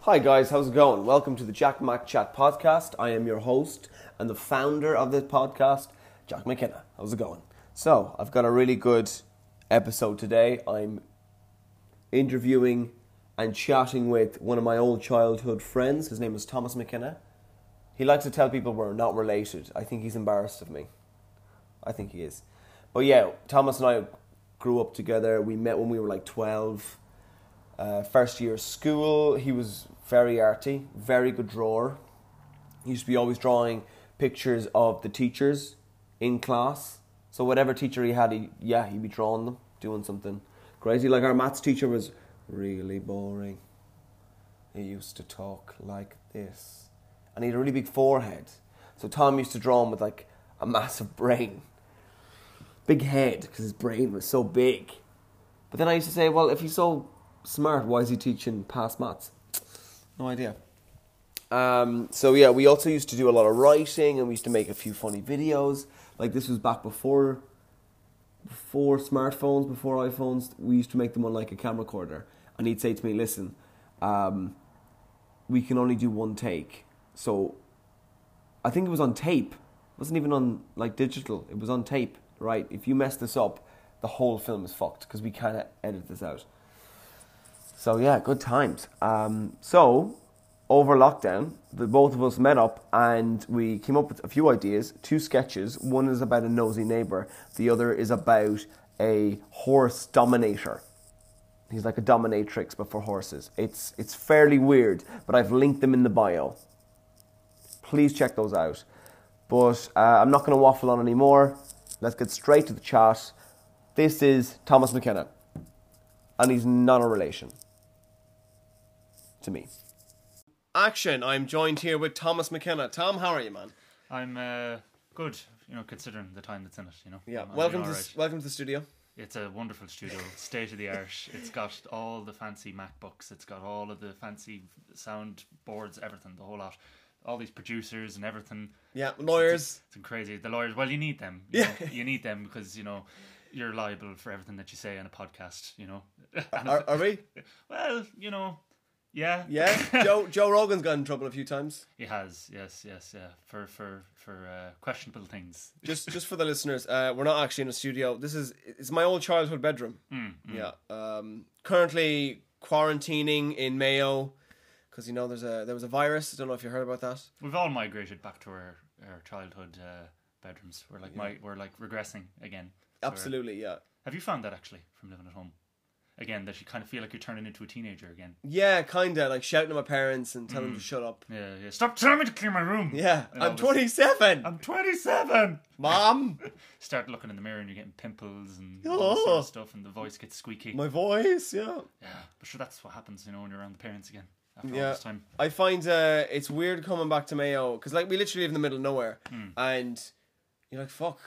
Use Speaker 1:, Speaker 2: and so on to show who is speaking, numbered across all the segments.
Speaker 1: Hi guys, how's it going? Welcome to the Jack Mac Chat podcast. I am your host and the founder of this podcast, Jack McKenna. How's it going? So, I've got a really good episode today. I'm interviewing and chatting with one of my old childhood friends. His name is Thomas McKenna. He likes to tell people we're not related. I think he's embarrassed of me. I think he is. But yeah, Thomas and I grew up together. We met when we were like 12. Uh, first year of school, he was very arty, very good drawer. He used to be always drawing pictures of the teachers in class. So whatever teacher he had, he, yeah, he'd be drawing them, doing something crazy. Like our maths teacher was really boring. He used to talk like this. And he had a really big forehead. So Tom used to draw him with like a massive brain. Big head, because his brain was so big. But then I used to say, well, if he's so smart, why is he teaching past maths? No idea. Um, so yeah, we also used to do a lot of writing, and we used to make a few funny videos. Like this was back before, before smartphones, before iPhones. We used to make them on like a camera recorder, and he'd say to me, "Listen, um, we can only do one take." So, I think it was on tape. It wasn't even on like digital. It was on tape, right? If you mess this up, the whole film is fucked because we can't edit this out. So yeah, good times. Um, so over lockdown, the both of us met up and we came up with a few ideas, two sketches. One is about a nosy neighbor. The other is about a horse dominator. He's like a dominatrix, but for horses. It's it's fairly weird, but I've linked them in the bio. Please check those out. But uh, I'm not going to waffle on anymore. Let's get straight to the chat. This is Thomas McKenna, and he's not a relation to me. Action! I'm joined here with Thomas McKenna. Tom, how are you, man?
Speaker 2: I'm uh, good, you know, considering the time that's in it, you know.
Speaker 1: Yeah,
Speaker 2: I'm- I'm
Speaker 1: welcome
Speaker 2: doing
Speaker 1: to
Speaker 2: alright.
Speaker 1: welcome to the studio.
Speaker 2: It's a wonderful studio, state of the art. It's got all the fancy MacBooks. It's got all of the fancy sound boards, everything, the whole lot. All these producers and everything.
Speaker 1: Yeah,
Speaker 2: It's-
Speaker 1: lawyers.
Speaker 2: It's, it's crazy. The lawyers. Well, you need them. You
Speaker 1: Yeah.
Speaker 2: know, you need them because you know you're liable for everything that you say on a podcast. You know. And
Speaker 1: Are, are we?
Speaker 2: well, you know. Yeah.
Speaker 1: Yeah. Joe Joe Rogan's got in trouble a few times.
Speaker 2: He has. Yes. Yes. Yeah. For for for uh, questionable things.
Speaker 1: Just just for the listeners, uh, we're not actually in a studio. This is it's my old childhood bedroom. Yeah. Um, currently quarantining in Mayo because you know there's a there was a virus. I don't know if you heard about that.
Speaker 2: We've all migrated back to our, our childhood uh, bedrooms. We're like mi- we're like regressing again. We're-
Speaker 1: Absolutely. Yeah.
Speaker 2: have you found that actually from living at home? Again, that you kind of feel like you're turning into a teenager again.
Speaker 1: Yeah, kinda like shouting at my parents and telling them to shut up.
Speaker 2: Yeah, yeah. Stop telling me to clean my room.
Speaker 1: Yeah,
Speaker 2: And all
Speaker 1: I'm
Speaker 2: this-
Speaker 1: 27,
Speaker 2: I'm 27.
Speaker 1: mom.
Speaker 2: Start looking in the mirror and you're getting pimples and all this sort
Speaker 1: Oh.
Speaker 2: of stuff, and the voice gets squeaky.
Speaker 1: My voice. Yeah.
Speaker 2: yeah, but sure, that's what happens, you know, when you're around the parents again after all
Speaker 1: Yeah.
Speaker 2: this time.
Speaker 1: I find uh, it's weird coming back to Mayo because like we literally live in the middle of nowhere,
Speaker 2: Hmm.
Speaker 1: and you're like, fuck,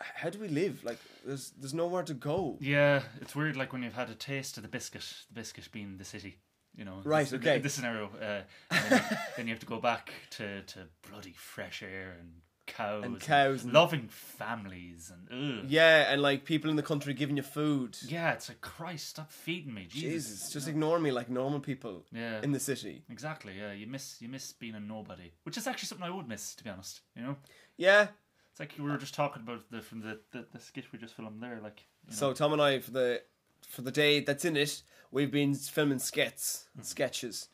Speaker 1: how do we live? Like, there's there's nowhere to go.
Speaker 2: Yeah, it's weird. Like when you've had a taste of the biscuit, the biscuit being the city. You know,
Speaker 1: Right,
Speaker 2: This,
Speaker 1: okay.
Speaker 2: This scenario, uh, and then, then you have to go back to, to bloody fresh air and cows
Speaker 1: And cows and-
Speaker 2: loving families and ugh.
Speaker 1: Yeah, and like people in the country giving you food.
Speaker 2: yeah. It's like Christ, stop feeding me, Jesus.
Speaker 1: Jesus, just ignore me like normal people
Speaker 2: Yeah,
Speaker 1: in the city.
Speaker 2: exactly. Yeah, you miss you miss being a nobody, which is actually something I would miss, to be honest. You know,
Speaker 1: Yeah.
Speaker 2: it's like
Speaker 1: Uh,
Speaker 2: we were just talking about the from the the, the skit we just filmed there. Like, you know,
Speaker 1: So Tom and I for the for the day that's in it, we've been filming skits,
Speaker 2: Hmm.
Speaker 1: sketches.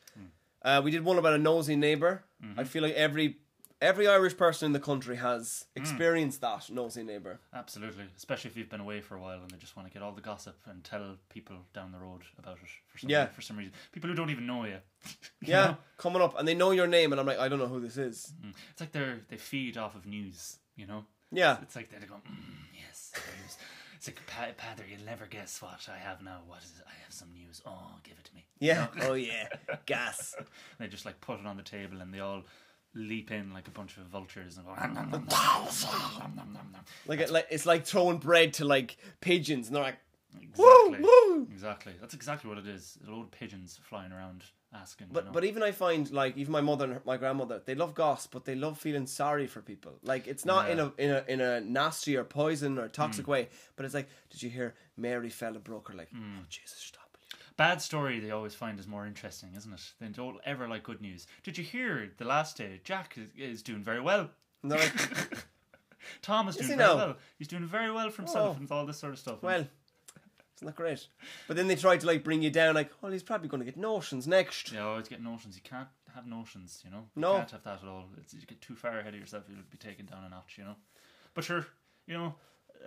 Speaker 1: Uh, we did one about a nosy neighbor.
Speaker 2: Mm-hmm.
Speaker 1: I feel like every every Irish person in the country has
Speaker 2: Hmm.
Speaker 1: experienced that nosy neighbor.
Speaker 2: Absolutely, especially if you've been away for a while and they just want to get all the gossip and tell people down the road about it for some
Speaker 1: Yeah.
Speaker 2: for some reason. People who don't even know you. You
Speaker 1: Yeah,
Speaker 2: know?
Speaker 1: coming up, and they know your name, and I'm like, I don't know who this is.
Speaker 2: Mm. it's like they're they feed off of news. You know,
Speaker 1: Yeah,
Speaker 2: it's like they're going, mm, yes, news. it's like Pa- Pather, you'll never guess what I have now. What is it? I have some news. Oh, give it to me. you
Speaker 1: yeah,
Speaker 2: know?
Speaker 1: oh yeah, gas.
Speaker 2: they just like put it on the table and they all leap in like a bunch of vultures and go.
Speaker 1: Like, it, like it's like throwing bread to like pigeons, and they're like,
Speaker 2: Exactly.
Speaker 1: woo.
Speaker 2: Exactly. That's exactly what it is. A load of pigeons flying around asking. you know.
Speaker 1: but but even I find like even my mother and her- my grandmother, they love goss, but they love feeling sorry for people. Like it's not in a in a in a nasty or
Speaker 2: Mm. Mm.
Speaker 1: poison or toxic way, but it's like, did you hear Mary fell and broke her leg? Oh Jesus, stop.
Speaker 2: bad story they always find is more interesting, isn't it? They don't ever like good news. Did you hear the last day? Jack is, is doing very well.
Speaker 1: And they're like,
Speaker 2: Tom is
Speaker 1: Is
Speaker 2: doing
Speaker 1: he
Speaker 2: very
Speaker 1: now?
Speaker 2: well. He's doing very well for himself
Speaker 1: Oh.
Speaker 2: and all this sort of stuff.
Speaker 1: well, it's not great. But then they tried to like bring you down, like, well, he's probably going to get notions next.
Speaker 2: Yeah, always get notions. You can't have notions, you know.
Speaker 1: No.
Speaker 2: You can't have that at all. It's, you get too far ahead of yourself, you'll be taken down a notch, you know. But sure, you know,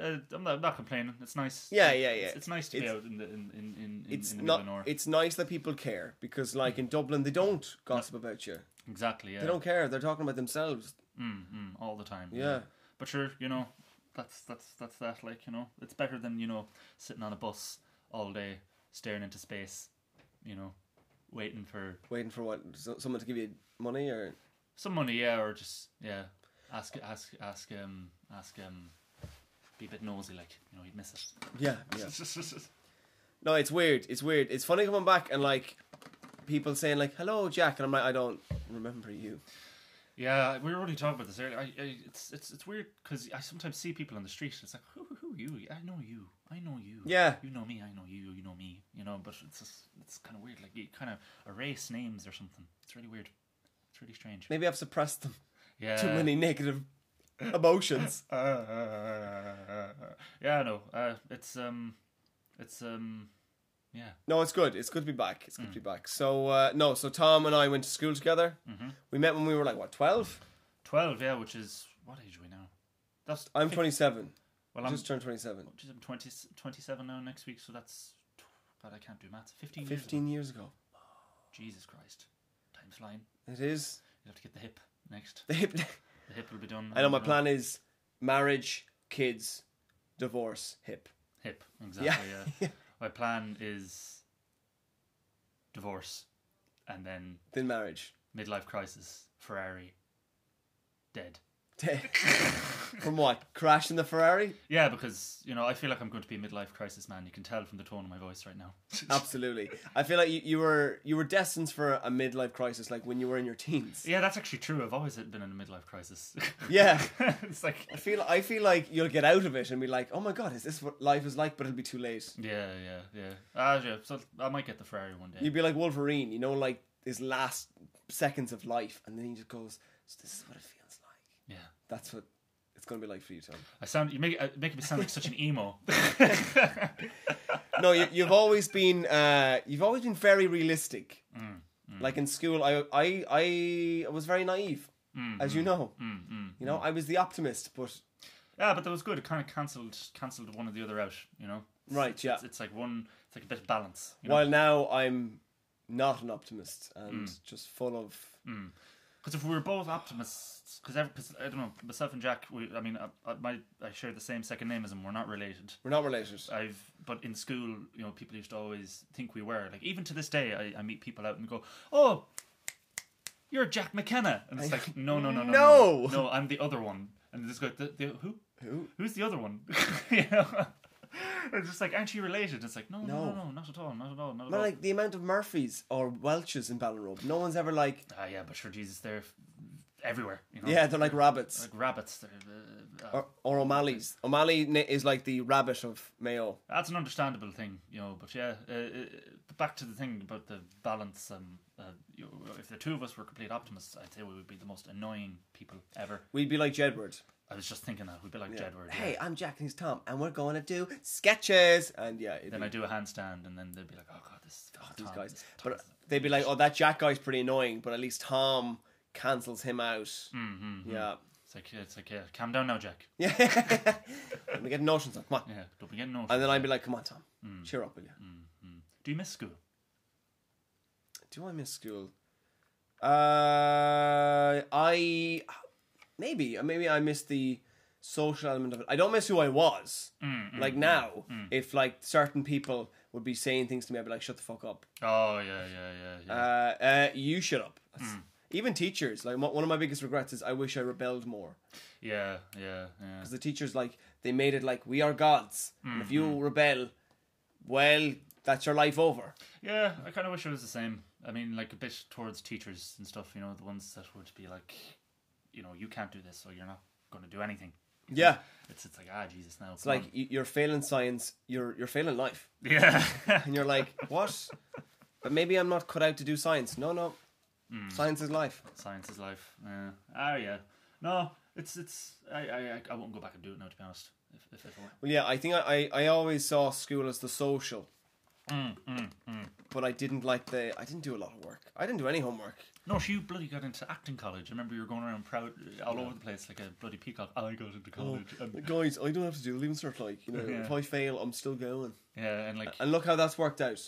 Speaker 2: uh, I'm, not, I'm not complaining. It's nice.
Speaker 1: Yeah, yeah,
Speaker 2: It's,
Speaker 1: yeah.
Speaker 2: it's nice to be
Speaker 1: It's-
Speaker 2: out in the in in in, in,
Speaker 1: It's
Speaker 2: in the
Speaker 1: not.
Speaker 2: middle of nowhere.
Speaker 1: It's nice that people care because, like in Dublin, they don't gossip about you.
Speaker 2: Exactly. Yeah.
Speaker 1: They don't care. They're talking about themselves.
Speaker 2: Mm, mm, all the time.
Speaker 1: Yeah.
Speaker 2: But sure, you know, that's that's that's that. Like you know, it's better than you know sitting on a bus all day staring into space, you know, waiting for
Speaker 1: Waiting for what? So, someone to give you money or
Speaker 2: some money, yeah, or just yeah, ask ask ask um ask um, be a bit nosy, like you know, you'd miss it.
Speaker 1: yeah, yeah. No, it's weird. It's weird. It's funny coming back and like people saying like "Hello, Jack," and I'm like, I don't remember you.
Speaker 2: yeah, we were already talking about this earlier. I, I, it's it's it's weird because I sometimes see people on the street. It's like who who are you? I know you. I know you.
Speaker 1: Yeah.
Speaker 2: you know me. I know you. You know me. You know, but it's just, it's kind of weird. Like you kind of erase names or something. It's really weird. It's really strange.
Speaker 1: Maybe I've suppressed them.
Speaker 2: Yeah.
Speaker 1: Too many negative emotions.
Speaker 2: Uh, yeah, I know. Uh, it's um, it's um, yeah.
Speaker 1: No, it's good. It's good to be back. It's good to be
Speaker 2: Mm.
Speaker 1: back. So uh, no, so Tom and I went to school together. We met when we were like what twelve.
Speaker 2: 12, Mm-hmm. yeah, which is what age are we now? That's
Speaker 1: I'm
Speaker 2: fif-
Speaker 1: 27.
Speaker 2: Well,
Speaker 1: I
Speaker 2: I'm,
Speaker 1: just turned 27.
Speaker 2: geez, I'm 20, 27 now next week, so that's tw- God, I can't do maths. 15, years ago.
Speaker 1: 15 years ago.
Speaker 2: Jesus Christ, time's flying.
Speaker 1: It is.
Speaker 2: You have to get the hip next.
Speaker 1: The hip.
Speaker 2: The hip will be done.
Speaker 1: I know my
Speaker 2: you
Speaker 1: plan is marriage, kids, divorce, hip.
Speaker 2: Hip, exactly. Yeah. my plan is divorce, and then
Speaker 1: Then marriage.
Speaker 2: midlife crisis, Ferrari, dead.
Speaker 1: From what? Crashing the Ferrari?
Speaker 2: Yeah, because you know I feel like I'm going to be a midlife crisis man. You can tell from the tone of my voice right now.
Speaker 1: Absolutely. I feel like you, you were you were destined for a midlife crisis, like when you were in your teens.
Speaker 2: yeah, that's actually true. I've always been in a midlife crisis.
Speaker 1: Yeah.
Speaker 2: it's like
Speaker 1: I feel I feel like you'll get out of it and be like, oh my god, is this what life is like? But it'll be too late.
Speaker 2: yeah, yeah, yeah. Ah, yeah. So I might get the Ferrari one day.
Speaker 1: You'd be like Wolverine, you know, like his last seconds of life, and then he just goes, so "This is what it feels like."
Speaker 2: yeah,
Speaker 1: That's what it's gonna be like for you, Tom.
Speaker 2: I sound you make uh, making me sound like such an emo.
Speaker 1: No, you, you've always been uh, you've always been very realistic.
Speaker 2: Mm,
Speaker 1: Like in school, I I I was very naive,
Speaker 2: Mm,
Speaker 1: as you know. You know, I was the optimist, but
Speaker 2: yeah, but that was good. It kind of cancelled cancelled one or the other out. You know.
Speaker 1: right, yeah.
Speaker 2: It's, it's like one. It's like a bit of balance. You know?
Speaker 1: While now I'm not an optimist and
Speaker 2: Mm.
Speaker 1: just full of
Speaker 2: Because if we were both optimists, because I don't know, myself and Jack, we, I mean, I, I, my, I share the same second name as him. We're not related.
Speaker 1: we're not related.
Speaker 2: I've, but in school, you know, people used to always think we were. Like even to this day, I, I meet people out and go, "Oh, you're Jack McKenna," and it's like, "No, no, no, no,
Speaker 1: No!
Speaker 2: no, no, I'm the other one." And this guy, the, the, who,
Speaker 1: Who?
Speaker 2: who's the other one? you know, it's just like, "Aren't you related?" It's like, "No, no,
Speaker 1: No.
Speaker 2: no, no, not at all, not at all, not at
Speaker 1: But
Speaker 2: all."
Speaker 1: like the amount of Murphys or Welches in Ballinrobe, no one's ever like,
Speaker 2: ah, yeah, but sure, Jesus, they're f- everywhere. You know?
Speaker 1: yeah, they're like rabbits
Speaker 2: like rabbits. They're, uh, uh,
Speaker 1: or, or O'Malley's. O'Malley na- is like the rabbit of Mayo.
Speaker 2: That's an understandable thing, you know. But yeah, uh, uh, back to the thing about the balance. Um, uh, you know, if the two of us were complete optimists, I'd say we would be the most annoying people ever.
Speaker 1: We'd be like Jedward.
Speaker 2: I was just thinking that we'd be like Jedward. yeah.
Speaker 1: Hey, I'm Jack and he's Tom, and we're going to do sketches. And yeah, it'd
Speaker 2: Then
Speaker 1: be
Speaker 2: I do a handstand, and then they'd be like, "Oh God, this oh,
Speaker 1: these
Speaker 2: Tom,
Speaker 1: guys.
Speaker 2: this
Speaker 1: But
Speaker 2: Tom's-
Speaker 1: they'd be like, oh, that Jack guy's pretty annoying, but at least Tom cancels him out.
Speaker 2: Mm-hmm.
Speaker 1: Yeah.
Speaker 2: it's like it's like yeah, calm down now, Jack.
Speaker 1: Yeah. Let me get notions on. Come on.
Speaker 2: Yeah, Mm. don't be getting no.
Speaker 1: And then I'd be like, come on, Tom. Cheer up, will you?
Speaker 2: do you miss school?
Speaker 1: Do I miss school? Uh, I. Maybe. uh, Maybe I miss the social element of it. I don't miss who I was.
Speaker 2: Mm,
Speaker 1: like now, if like certain people would be saying things to me, I'd be like, shut the fuck up.
Speaker 2: Oh yeah, yeah, yeah, yeah.
Speaker 1: Uh, uh, you shut up. That's- Even teachers, like one one of my biggest regrets is I wish I rebelled more
Speaker 2: yeah, yeah, yeah.
Speaker 1: because the teachers like they made it like we are gods, and if you rebel, well, that's your life over.
Speaker 2: Yeah, I kind of wish it was the same. I mean, like a bit towards teachers and stuff, you know, the ones that would be like, you know, you can't do this, so you're not going to do anything.
Speaker 1: Yeah.
Speaker 2: It's it's like ah Jesus now.
Speaker 1: It's like y- you're failing science, you're you're failing life,
Speaker 2: yeah,
Speaker 1: and you're like, what? But maybe I'm not cut out to do science. No, no, science is life.
Speaker 2: science is life. Yeah. Ah yeah, no, it's it's I I I- I won't go back and do it now to be honest. If if, if I went.
Speaker 1: Well, yeah, I think I, I, I always saw school as the social, Mm, but I didn't like the. I didn't do a lot of work. I didn't do any homework.
Speaker 2: No, she bloody got into acting college. I remember you were going around proud all over the place like a bloody peacock. I got
Speaker 1: Oh.
Speaker 2: into college. and,
Speaker 1: Guys, I don't have to do leaving cert. Like you know,
Speaker 2: Yeah.
Speaker 1: if I fail, I'm still going.
Speaker 2: yeah, and like
Speaker 1: And look how that's worked out.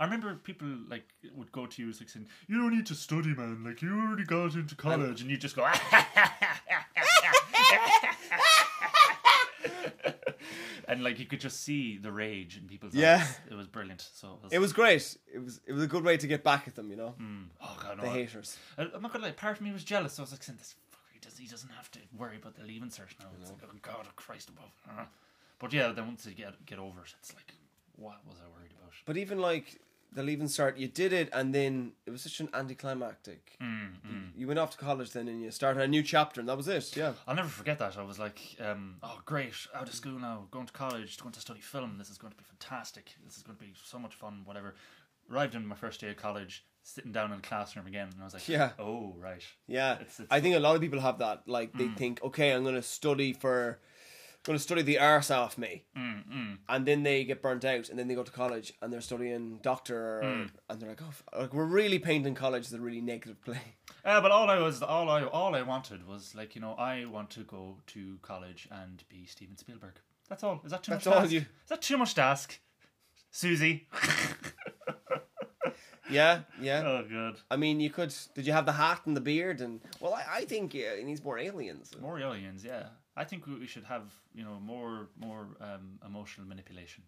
Speaker 2: I remember people like would go to you like saying, "You don't need to study, man. Like you already got into college," and you just go, and like you could just see the rage in people's
Speaker 1: Yeah.
Speaker 2: eyes. It was brilliant. So it was,
Speaker 1: It was great. It was it was a good way to get back at them. You know,
Speaker 2: oh god, no,
Speaker 1: the
Speaker 2: I-
Speaker 1: haters.
Speaker 2: I, am not gonna lie. Part of me was jealous. I was like, saying, "This fucker, he does. He doesn't have to worry about the leaving cert now." It's like, oh god, oh, Christ above. Uh, But yeah, then once you get get over it, it's like, what was I worried about?
Speaker 1: But even like the leaving cert, you did it, and then it was such an anticlimactic. You went off to college then, and you started a new chapter, and that was it. Yeah.
Speaker 2: I'll never forget that. I was like, um, oh, great, out of school now, going to college, going to study film. This is going to be fantastic. This is going to be so much fun, whatever. Arrived in my first day of college, sitting down in the classroom again, and I was like,
Speaker 1: Yeah.
Speaker 2: oh, right.
Speaker 1: Yeah,
Speaker 2: It's- Mm. it's-
Speaker 1: I think a lot of people have that. Like they think, okay, I'm gonna study for, gonna study the arse off me,
Speaker 2: Mm,
Speaker 1: and then they get burnt out, and then they go to college and they're studying doctor,
Speaker 2: Mm.
Speaker 1: and they're like, oh, f- like we're really painting college as a really negative play.
Speaker 2: Uh, but all I was, all I, all I wanted was like, you know, I want to go to college and be Steven Spielberg. That's all. Is that too
Speaker 1: That's
Speaker 2: much? to
Speaker 1: all
Speaker 2: ask?
Speaker 1: you-
Speaker 2: Is that too much to ask, Susie?
Speaker 1: Yeah, yeah.
Speaker 2: oh god.
Speaker 1: I mean, you could. Did you have the hat and the beard? And well, I, I think yeah, he needs more aliens.
Speaker 2: More aliens, yeah. I think we we should have you know more more um, emotional manipulation.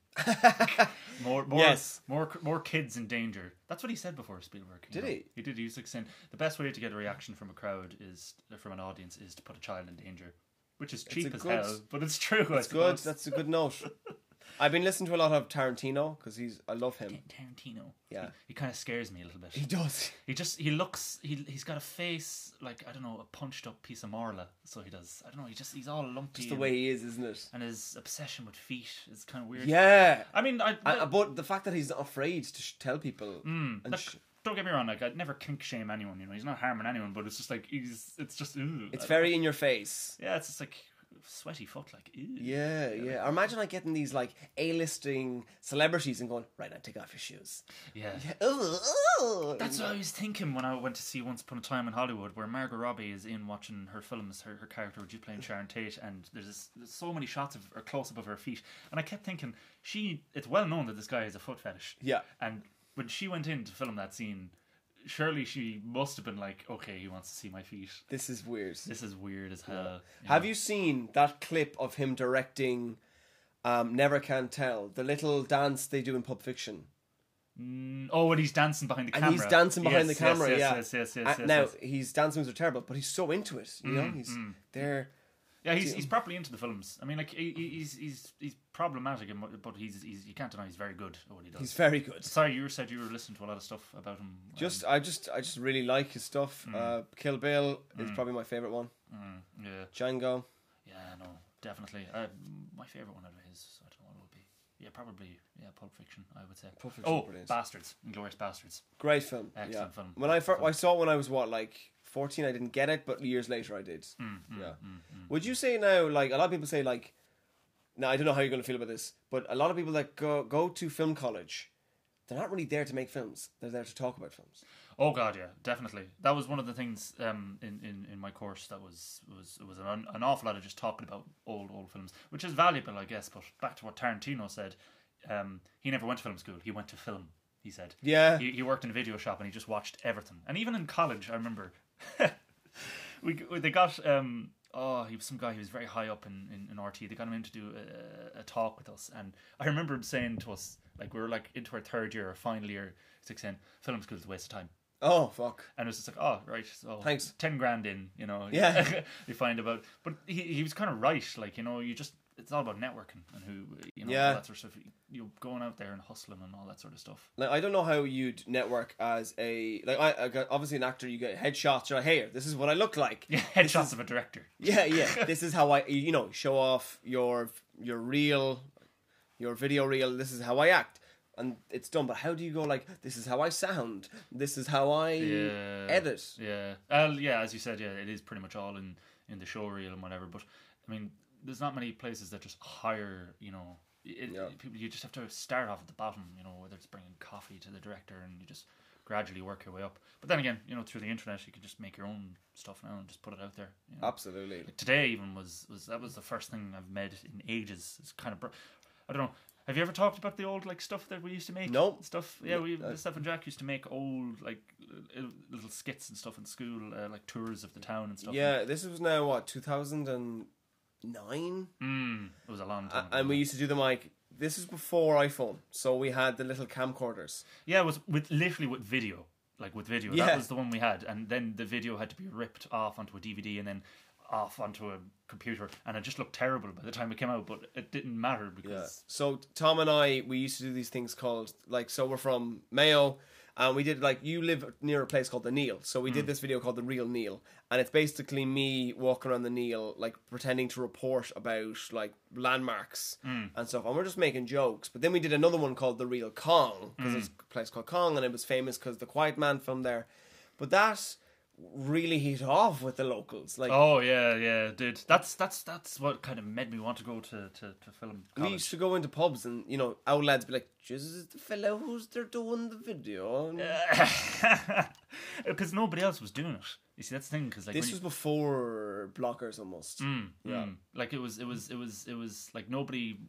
Speaker 2: more more
Speaker 1: Yes.
Speaker 2: more more kids in danger. That's what he said before Spielberg. you
Speaker 1: Did he?
Speaker 2: He did. He was like saying the best way to get a reaction from a crowd is from an audience is to put a child in danger, which is cheap
Speaker 1: a
Speaker 2: as
Speaker 1: good-
Speaker 2: hell, but it's true. I
Speaker 1: That's good.
Speaker 2: suppose.
Speaker 1: That's a good note. I've been listening to a lot of Tarantino because he's. I love him.
Speaker 2: Tarantino.
Speaker 1: Yeah.
Speaker 2: He, kind of scares me a little bit.
Speaker 1: He does.
Speaker 2: He just he looks he he's got a face like I don't know a punched up piece of marla. So he does. I don't know. He just he's all lumpy.
Speaker 1: It's the
Speaker 2: and-
Speaker 1: way he is, isn't it?
Speaker 2: and his obsession with feet is kind of weird.
Speaker 1: Yeah.
Speaker 2: I mean, I,
Speaker 1: And, but the fact that he's not afraid to sh- tell people. and
Speaker 2: Hmm. look,
Speaker 1: sh-
Speaker 2: don't get me wrong. Like, I'd never kink shame anyone. You know, he's not harming anyone, but it's just like he's. It's just. Ew.
Speaker 1: it's
Speaker 2: I-
Speaker 1: very in your face.
Speaker 2: Yeah, it's just like sweaty foot. Like, ew.
Speaker 1: Yeah, yeah. Or imagine like getting these like A-listing celebrities and going, right now, take off your shoes.
Speaker 2: yeah.
Speaker 1: Ooh, ooh.
Speaker 2: That's what I was thinking when I went to see Once Upon a Time in Hollywood, where Margot Robbie is in watching her films, her, her character would be playing Sharon Tate, and there's, this, there's so many shots of her close up of her feet, and I kept thinking she. It's well known that this guy has a foot fetish.
Speaker 1: Yeah.
Speaker 2: and when she went in to film that scene, surely she must have been like, okay, he wants to see my feet.
Speaker 1: This is weird.
Speaker 2: This is weird as hell.
Speaker 1: Have you seen that clip of him directing um, Never Can Tell, the little dance they do in Pulp Fiction?
Speaker 2: Mm, Oh, when he's dancing behind the
Speaker 1: And
Speaker 2: camera.
Speaker 1: he's dancing behind
Speaker 2: Yes,
Speaker 1: the camera,
Speaker 2: Yes,
Speaker 1: yeah.
Speaker 2: yes, yes, yes.
Speaker 1: Uh,
Speaker 2: yes,
Speaker 1: now,
Speaker 2: yes. Hmm,
Speaker 1: his dance moves are terrible, but he's so into it, you know? He's there.
Speaker 2: yeah, he's, he's properly into the films. I mean, like he, he- he's he's he's problematic, in what- but he's he's you can't deny he's very good at what he does.
Speaker 1: He's very good.
Speaker 2: Sorry, you said you were listening to a lot of stuff about him. um,
Speaker 1: Just, I just, I just really like his stuff.
Speaker 2: Hmm.
Speaker 1: Uh, Kill Bill is probably my favorite one.
Speaker 2: yeah,
Speaker 1: Django.
Speaker 2: yeah, no, definitely. Uh, my favorite one of his, I don't know what it would be. Yeah, probably. Yeah, Pulp Fiction. I would say.
Speaker 1: Pulp Fiction's
Speaker 2: oh,
Speaker 1: brilliant.
Speaker 2: Bastards, Inglorious Bastards.
Speaker 1: Great film.
Speaker 2: Excellent
Speaker 1: yeah.
Speaker 2: film.
Speaker 1: When I first, I saw it when I was what like fourteen. I didn't get it, but years later I did.
Speaker 2: Hmm,
Speaker 1: yeah. Would you say now? Like a lot of people say, like, now I don't know how you're going to feel about this, but a lot of people that go go to film college, they're not really there to make films. They're there to talk about films.
Speaker 2: Oh god, yeah, definitely. That was one of the things um, in, in, in my course that was was was an, an awful lot of just talking about old old films, which is valuable, I guess. But back to what Tarantino said, um, he never went to film school. He went to film. He said,
Speaker 1: Yeah.
Speaker 2: He, he worked in a video shop and he just watched everything. And even in college, I remember we we- they got um oh he was some guy who was very high up in, in, in RT they got him in to do a, a talk with us and I remember him saying to us like we were like into our third year or final year he's like saying film school is a waste of time
Speaker 1: Oh fuck!
Speaker 2: and it was just like oh right so
Speaker 1: Thanks.
Speaker 2: 10 grand in you know
Speaker 1: Yeah.
Speaker 2: you find about but he, he was kind of right like you know you just it's all about networking and who you know
Speaker 1: Yeah.
Speaker 2: all that sort of stuff. You're going out there and hustling and all that sort of stuff.
Speaker 1: Like I don't know how you'd network as a like I, I got, obviously an actor. You get headshots. You're like, hey, this is what I look like.
Speaker 2: Yeah, headshots of a director.
Speaker 1: yeah, yeah. This is how I you know show off your your reel, your video reel. This is how I act, and it's done. But how do you go like this is how I sound? This is how I
Speaker 2: Yeah.
Speaker 1: edit.
Speaker 2: Yeah. Well, yeah, as you said, yeah, it is pretty much all in in the showreel and whatever. But I mean, there's not many places that just hire, you know, it,
Speaker 1: Yeah.
Speaker 2: people. You just have to start off at the bottom, you know, whether it's bringing coffee to the director and you just gradually work your way up. But then again, you know, through the internet, you can just make your own stuff now and just put it out there. You know?
Speaker 1: Absolutely.
Speaker 2: Today even was was that was the first thing I've made in ages. It's kind of, br- I don't know. Have you ever talked about the old like stuff that we used to make?
Speaker 1: No.
Speaker 2: stuff. Yeah, we
Speaker 1: No. uh,
Speaker 2: Steph and Jack used to make old like uh, little skits and stuff in school, uh, like tours of the town and stuff.
Speaker 1: Yeah, this was now what two thousand and nine,
Speaker 2: mm, it was a long time. ago.
Speaker 1: and we used to do them like this is before iPhone, so we had the little camcorders.
Speaker 2: yeah, it was with literally with video, like with video.
Speaker 1: Yeah.
Speaker 2: That was the one we had, and then the video had to be ripped off onto a DVD and then off onto a computer, and it just looked terrible by the time it came out. But it didn't matter
Speaker 1: Yeah.
Speaker 2: because
Speaker 1: So Tom and I, we used to do these things called like so we're from Mayo, and we did like you live near a place called the Neil, so we did this video called the Real Neil, and it's basically me walking around the Neil, like pretending to report about like landmarks and stuff, and we're just making jokes. But then we did another one called the Real Kong because it's a place called Kong, and it was famous because the Quiet Man filmed there, but that really hit off with the locals, like.
Speaker 2: Oh yeah, yeah, dude. That's that's that's what kind of made me want to go to to, to film
Speaker 1: We
Speaker 2: college.
Speaker 1: used to go into pubs and you know our lads be like, "This is the fellow who's there doing the video." And
Speaker 2: Because nobody else was doing it. You see, that's the thing. Because like when
Speaker 1: this
Speaker 2: you- Mm.
Speaker 1: was before blockers almost.
Speaker 2: yeah. like it was it was it was it was like nobody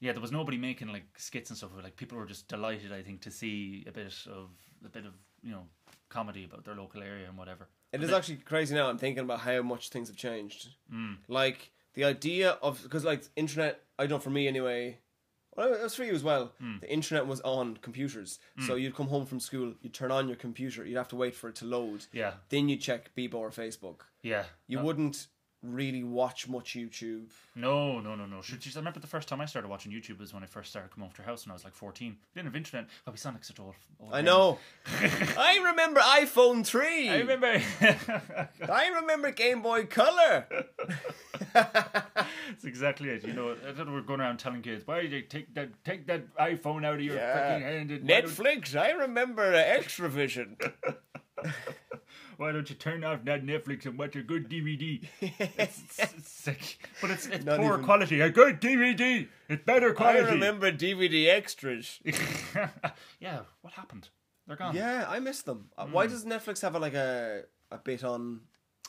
Speaker 2: yeah there was nobody making like skits and stuff like people were just delighted i think to see a bit of a bit of you know comedy about their local area and whatever
Speaker 1: It is actually crazy now. I'm thinking about how much things have changed.
Speaker 2: Mm.
Speaker 1: Like the idea of because like internet, I know for me anyway. Well, it was for you as well.
Speaker 2: Mm.
Speaker 1: The internet was on computers, so you'd come home from school, you'd turn on your computer, you'd have to wait for it to load.
Speaker 2: Yeah.
Speaker 1: Then you check Bebo or Facebook.
Speaker 2: yeah
Speaker 1: You wouldn't really watch much YouTube.
Speaker 2: No, no, no, no. Should I remember the first time I started watching YouTube was when I first started coming over to her house when I was like 14. We didn't have internet. Oh, we sound like such old. old
Speaker 1: I
Speaker 2: men.
Speaker 1: know. I remember iPhone three.
Speaker 2: I remember.
Speaker 1: I remember Game Boy Color.
Speaker 2: That's exactly it. You know, I thought we were going around telling kids, why did you take that take that iPhone out of your
Speaker 1: Yeah.
Speaker 2: freaking hand? And why, don't,
Speaker 1: Netflix. I remember uh, Extravision.
Speaker 2: why don't you turn off that Netflix and watch a good DVD? it's, it's, it's sick. But it's, it's
Speaker 1: Not
Speaker 2: poor
Speaker 1: even-
Speaker 2: quality. A good DVD. It's better
Speaker 1: I
Speaker 2: quality.
Speaker 1: remember DVD extras.
Speaker 2: yeah, what happened? They're gone.
Speaker 1: Yeah, I miss them. Uh, Why does Netflix have a, like a a bit on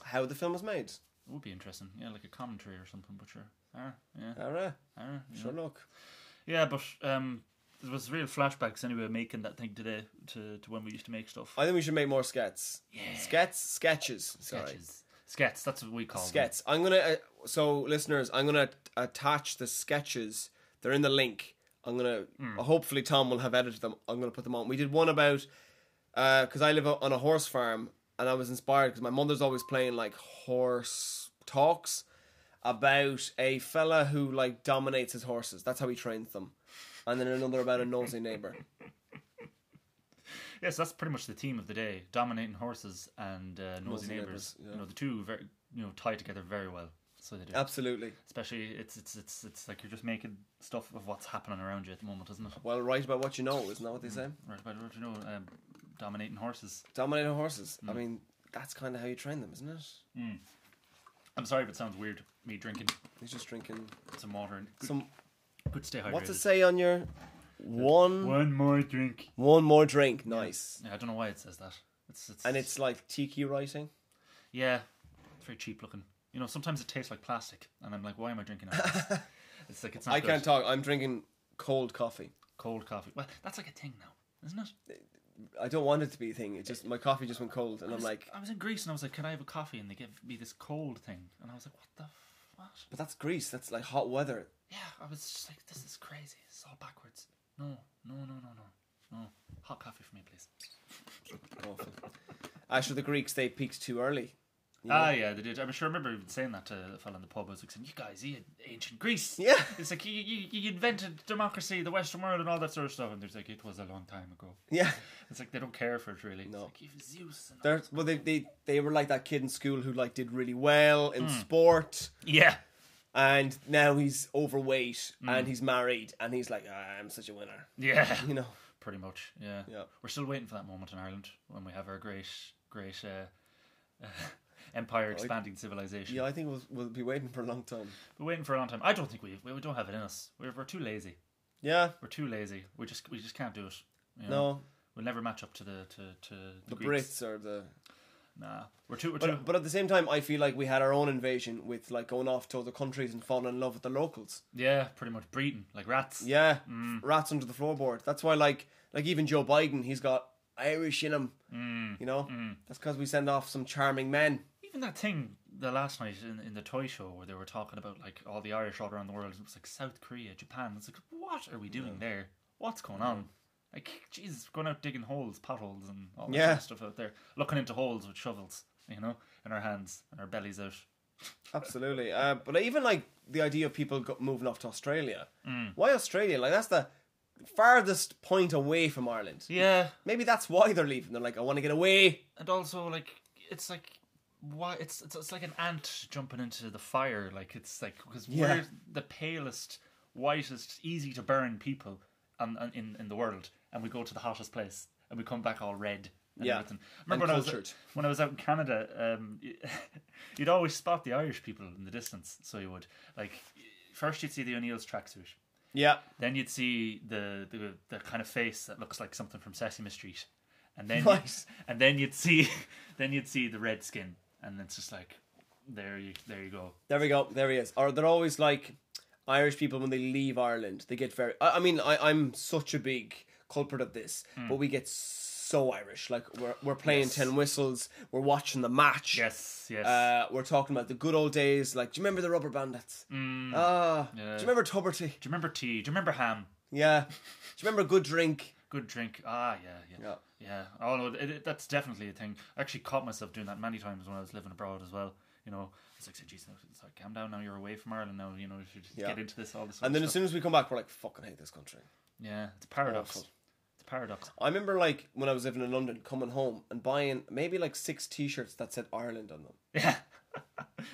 Speaker 1: how the film was made?
Speaker 2: It would be interesting. Yeah, like a commentary or something, but sure. Ah, yeah.
Speaker 1: Alright,
Speaker 2: Ah, yeah.
Speaker 1: sure look.
Speaker 2: Yeah, but um, there was real flashbacks anyway making that thing today to, to when we used to make stuff.
Speaker 1: I think we should make more skets.
Speaker 2: Yeah.
Speaker 1: Skets, sketches. Sorry,
Speaker 2: Sketches. Skets, that's what we call them.
Speaker 1: skets. I'm gonna. Uh, so listeners, I'm gonna attach the sketches. They're in the link. I'm gonna. Hopefully, Tom will have edited them. I'm gonna put them on. We did one about because I live o- on a horse farm, and I was inspired because my mother's always playing like horse talks about a fella who like dominates his horses. That's how he trains them. And then another about a nosy neighbor.
Speaker 2: Yes, that's pretty much the theme of the day: dominating horses and uh, nosy
Speaker 1: Nosy
Speaker 2: neighbors.
Speaker 1: neighbours, yeah.
Speaker 2: You know, the two very you know tie together very well. So they do.
Speaker 1: Absolutely.
Speaker 2: Especially, it's it's it's it's like you're just making stuff of what's happening around you at the moment, isn't it?
Speaker 1: Well, write about what you know, isn't that what they say?
Speaker 2: Right, but what do you know, um, dominating horses.
Speaker 1: Dominating horses. I mean, that's kind of how you train them, isn't it?
Speaker 2: I'm sorry if it sounds weird, me drinking
Speaker 1: He's just drinking
Speaker 2: some water and good,
Speaker 1: some
Speaker 2: good stay hydrated.
Speaker 1: What's it say on your one
Speaker 2: One more drink.
Speaker 1: one more drink? Nice.
Speaker 2: Yeah, I don't know why it says that. It's it's
Speaker 1: And it's like tiki writing.
Speaker 2: Yeah, it's very cheap looking. You know, sometimes it tastes like plastic, and I'm like, why am I drinking out of this? it's like it's not
Speaker 1: I
Speaker 2: good.
Speaker 1: can't talk. I'm drinking cold coffee.
Speaker 2: cold coffee. Well, that's like a thing now, isn't it?
Speaker 1: I don't want it to be a thing. It just my coffee just went cold, and I'm like,
Speaker 2: I was in Greece and I was like, can I have a coffee? And they gave me this cold thing, and I was like, what the what?
Speaker 1: but that's Greece. That's like hot weather.
Speaker 2: Yeah, I was just like, this is crazy. It's all backwards. No, no, no, no, no, no. Hot coffee for me, please.
Speaker 1: Awful. Actually, the Greeks they peaked too early.
Speaker 2: Ah, yeah, they did. I'm sure I remember even saying that to a fella in the pub. I was like, saying, you guys, you had ancient Greece.
Speaker 1: Yeah.
Speaker 2: It's like, you, you, you invented democracy, the Western world, and all that sort of stuff. And there's like, it was a long time ago.
Speaker 1: Yeah.
Speaker 2: It's like, they don't care for it, really.
Speaker 1: No.
Speaker 2: It's like, you've Zeus. And all.
Speaker 1: They're, well, they, they, they were like that kid in school who like did really well in sport,
Speaker 2: Yeah.
Speaker 1: and now he's overweight and he's married, and he's like, "Ah, I'm such a winner,
Speaker 2: Yeah.
Speaker 1: you know.
Speaker 2: Pretty much. Yeah.
Speaker 1: Yeah.
Speaker 2: We're still waiting for that moment in Ireland when we have our great, great uh, empire expanding civilization.
Speaker 1: Yeah, I think we'll, we'll be waiting for a long time.
Speaker 2: We're waiting for a long time. I don't think we, we don't have it in us. We're, we're too lazy.
Speaker 1: Yeah,
Speaker 2: We're too lazy. We just, we just can't do it. You know?
Speaker 1: no,
Speaker 2: We'll never match up to the to, to
Speaker 1: the
Speaker 2: Greeks.
Speaker 1: Brits or the
Speaker 2: Nah, we're too. We're too.
Speaker 1: But, but at the same time, I feel like we had our own invasion with like going off to other countries and falling in love with the locals.
Speaker 2: yeah, pretty much breeding like rats.
Speaker 1: Yeah,
Speaker 2: Mm.
Speaker 1: rats under the floorboard. That's why, like, like even Joe Biden, he's got Irish in him.
Speaker 2: Mm.
Speaker 1: You know, that's because we send off some charming men.
Speaker 2: Even that thing the last night in, in the toy show where they were talking about like all the Irish all around the world. It was like South Korea, Japan. It's like what are we doing there? What's going on? Like Jesus, going out digging holes, potholes, and all that
Speaker 1: Yeah.
Speaker 2: sort of stuff out there, looking into holes with shovels, you know, in our hands and our bellies out.
Speaker 1: Absolutely. Uh, but even like the idea of people go- moving off to Australia.
Speaker 2: Mm.
Speaker 1: Why Australia? Like that's the farthest point away from Ireland.
Speaker 2: Yeah,
Speaker 1: Maybe that's why they're leaving. They're like, I want to get away.
Speaker 2: and also like it's like why it's it's, it's like an ant jumping into the fire like it's like because
Speaker 1: Yeah.
Speaker 2: we're the palest whitest easy to burn people on, on- in in the world and we go to the hottest place and we come back all red and
Speaker 1: Yeah.
Speaker 2: everything. remember when I,
Speaker 1: cultured.
Speaker 2: was, when I was out in canada um you'd always spot the irish people in the distance so you would like first you'd see the o'neill's tracksuit
Speaker 1: Yeah.
Speaker 2: then you'd see the, the the kind of face that looks like something from Sesame Street, and then
Speaker 1: Right.
Speaker 2: you'd, and then you'd see then you'd see the red skin, and it's just like there you there you go.
Speaker 1: There we go. There he is. Or they're always like Irish people when they leave Ireland. They get very. I, I mean, I, I'm such a big culprit of this, but we get so Irish. Like we're we're playing
Speaker 2: Hmm. Yes.
Speaker 1: ten whistles. We're watching the match.
Speaker 2: Yes, yes.
Speaker 1: Uh, we're talking about the good old days. Like, do you remember the Rubber Bandits?
Speaker 2: Mm.
Speaker 1: Ah,
Speaker 2: Yeah.
Speaker 1: do you remember Tuberty?
Speaker 2: do you remember tea? Do you remember ham?
Speaker 1: Yeah. do you remember Good Drink?
Speaker 2: Good drink. Ah, yeah, yeah,
Speaker 1: Yeah.
Speaker 2: yeah. Oh no, it, it- that's definitely a thing. I actually caught myself doing that many times when I was living abroad as well. You know, it's like, Jesus, it's like, calm down now. You're away from Ireland now. You know, you should just
Speaker 1: Yeah.
Speaker 2: get into this all this.
Speaker 1: And then
Speaker 2: stuff.
Speaker 1: as soon as we come back, we're like, fucking hate this country.
Speaker 2: yeah, it's a paradox.
Speaker 1: Awful.
Speaker 2: It's a paradox.
Speaker 1: I remember like when I was living in London, coming home and buying maybe like six T-shirts that said Ireland on them.
Speaker 2: Yeah.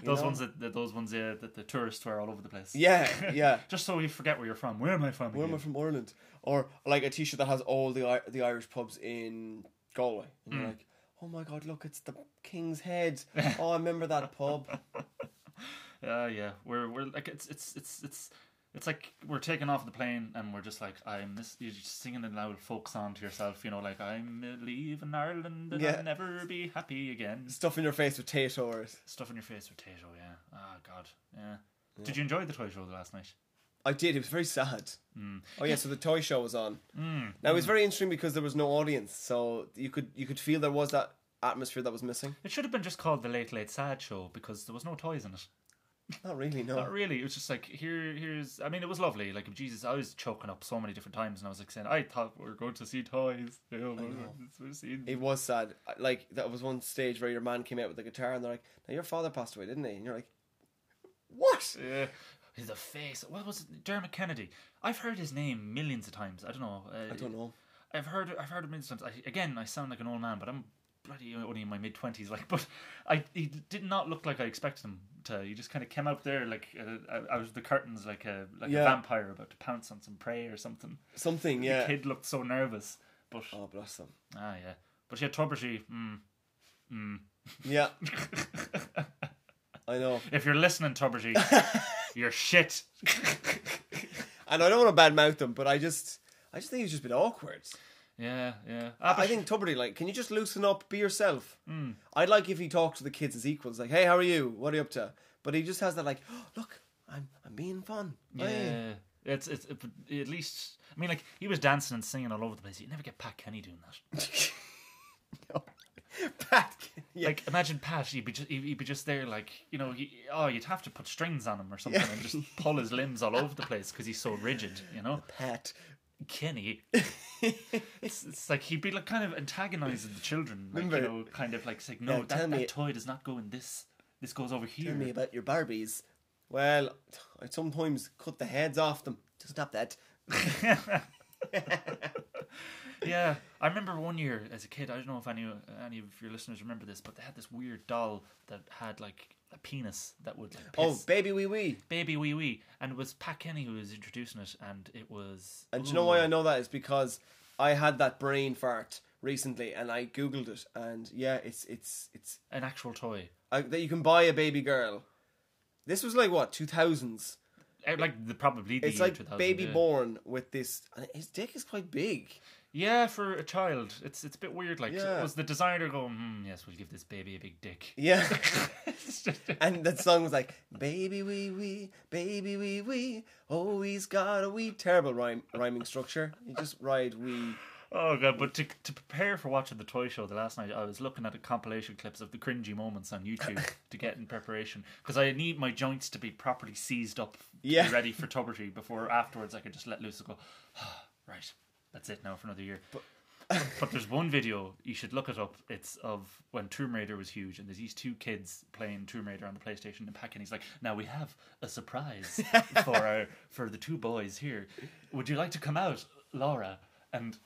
Speaker 2: those
Speaker 1: know?
Speaker 2: ones that, that those ones uh, that the tourists wear all over the place.
Speaker 1: Yeah, yeah.
Speaker 2: Just so you forget where you're from. Where am I from?
Speaker 1: Where am I
Speaker 2: again?
Speaker 1: from Ireland? Or like a T-shirt that has all the I- the Irish pubs in Galway, and you're like, oh my god, look, it's the King's Head. oh, I remember that pub.
Speaker 2: Uh, yeah. We're we're like it's it's it's it's it's like we're taking off the plane and we're just like I'm this. You're just singing an old folk song to yourself. You know, like I'm leaving Ireland and
Speaker 1: Yeah.
Speaker 2: I'll never be happy again.
Speaker 1: Stuff in your face with tators.
Speaker 2: Stuff in your face with Tato. Yeah. Ah, God. Yeah. Did you enjoy the toy show last night?
Speaker 1: I did. It was very sad. Oh yeah, so the toy show was on. Now it was very interesting because there was no audience, so you could you could feel there was that atmosphere that was missing.
Speaker 2: It should have been just called the Late Late Sad Show because there was no toys in it.
Speaker 1: Not really, no.
Speaker 2: Not really. It was just like here, here's. I mean, it was lovely. Like Jesus, I was choking up so many different times, and I was like saying, "I thought we were going to see toys. You know, we're- we're seeing-
Speaker 1: It was sad. Like that was one stage where your man came out with the guitar, and they're like, "Now your father passed away, didn't he?" And you're like, "What?"
Speaker 2: Yeah. The face. What was it? Dermot Kennedy. I've heard his name millions of times. I don't know. Uh,
Speaker 1: I don't know.
Speaker 2: I've heard. I've heard it millions of times. I, again, I sound like an old man, but I'm bloody only in my mid twenties. Like, but I he did not look like I expected him to. He just kind of came out there like uh, out of the curtains, like a like
Speaker 1: Yeah.
Speaker 2: a vampire about to pounce on some prey or something.
Speaker 1: Something, yeah.
Speaker 2: The kid looked so nervous, but.
Speaker 1: Oh, bless them.
Speaker 2: Ah, yeah. But yeah, Tuberty, mm, mm.
Speaker 1: Yeah. I know.
Speaker 2: If you're listening, Tuberty, you're shit.
Speaker 1: And I don't want to badmouth them, but I just I just think it's just been awkward.
Speaker 2: yeah, yeah. Ah,
Speaker 1: I think Tuberty, like, can you just loosen up, be yourself? I'd like if he talked to the kids as equals, like, hey, how are you? What are you up to? But he just has that, like, oh, look, I'm I'm being fun. Hey.
Speaker 2: yeah. It's, it's it, but at least I mean like he was dancing and singing all over the place. You never get Pat Kenny doing that.
Speaker 1: Pat, yeah.
Speaker 2: Like imagine Pat, he'd be just he'd he'd be just there like you know he, oh you'd have to put strings on him or something and just pull his limbs all over the place because he's so rigid. You know,
Speaker 1: Pat.
Speaker 2: Kenny, it's, it's like he'd be like kind of antagonizing the children, like you
Speaker 1: Remember-
Speaker 2: know, kind of like saying, "No,
Speaker 1: Now, tell
Speaker 2: that,
Speaker 1: me-
Speaker 2: that toy does not go in this. This goes over here."
Speaker 1: Tell me about your Barbies. Well, I sometimes cut the heads off them. Stop that.
Speaker 2: Yeah, I remember one year as a kid. I don't know if any any of your listeners remember this, but they had this weird doll that had like a penis that would like
Speaker 1: Oh,
Speaker 2: piss.
Speaker 1: baby wee wee.
Speaker 2: baby wee wee, and it was Pat Kenny who was introducing it, and it was.
Speaker 1: And do you know
Speaker 2: Ooh.
Speaker 1: why I know that? It's because I had that brain fart recently, and I googled it, and yeah, it's it's it's
Speaker 2: An actual toy,
Speaker 1: I, that you can buy a baby girl. This was like what two thousands.
Speaker 2: Eh, like the probably the
Speaker 1: It's
Speaker 2: year
Speaker 1: like
Speaker 2: 2000,
Speaker 1: baby
Speaker 2: yeah.
Speaker 1: born with this. And his dick is quite big.
Speaker 2: Yeah, for a child, it's it's a bit weird. Like,
Speaker 1: Yeah.
Speaker 2: was the designer going? Hmm, yes, we'll give this baby a big dick.
Speaker 1: Yeah,
Speaker 2: It's just-
Speaker 1: and that song was like baby wee wee, baby wee wee. Oh, he's got a wee. Terrible rhyme rhyming structure. You just ride wee.
Speaker 2: oh god! But to to prepare for watching the toy show the last night, I was looking at a compilation clips of the cringy moments on YouTube to get in preparation because I need my joints to be properly seized up, to be
Speaker 1: Yeah.
Speaker 2: ready for tuberty before afterwards I could just let loose and go. "Ah, right, that's it now for another year. But, there's one video you should look it up. It's of when Tomb Raider was huge, and there's these two kids playing Tomb Raider on the PlayStation, and Pac and he's like, "Now we have a surprise for our for the two boys here. Would you like to come out, Laura?" And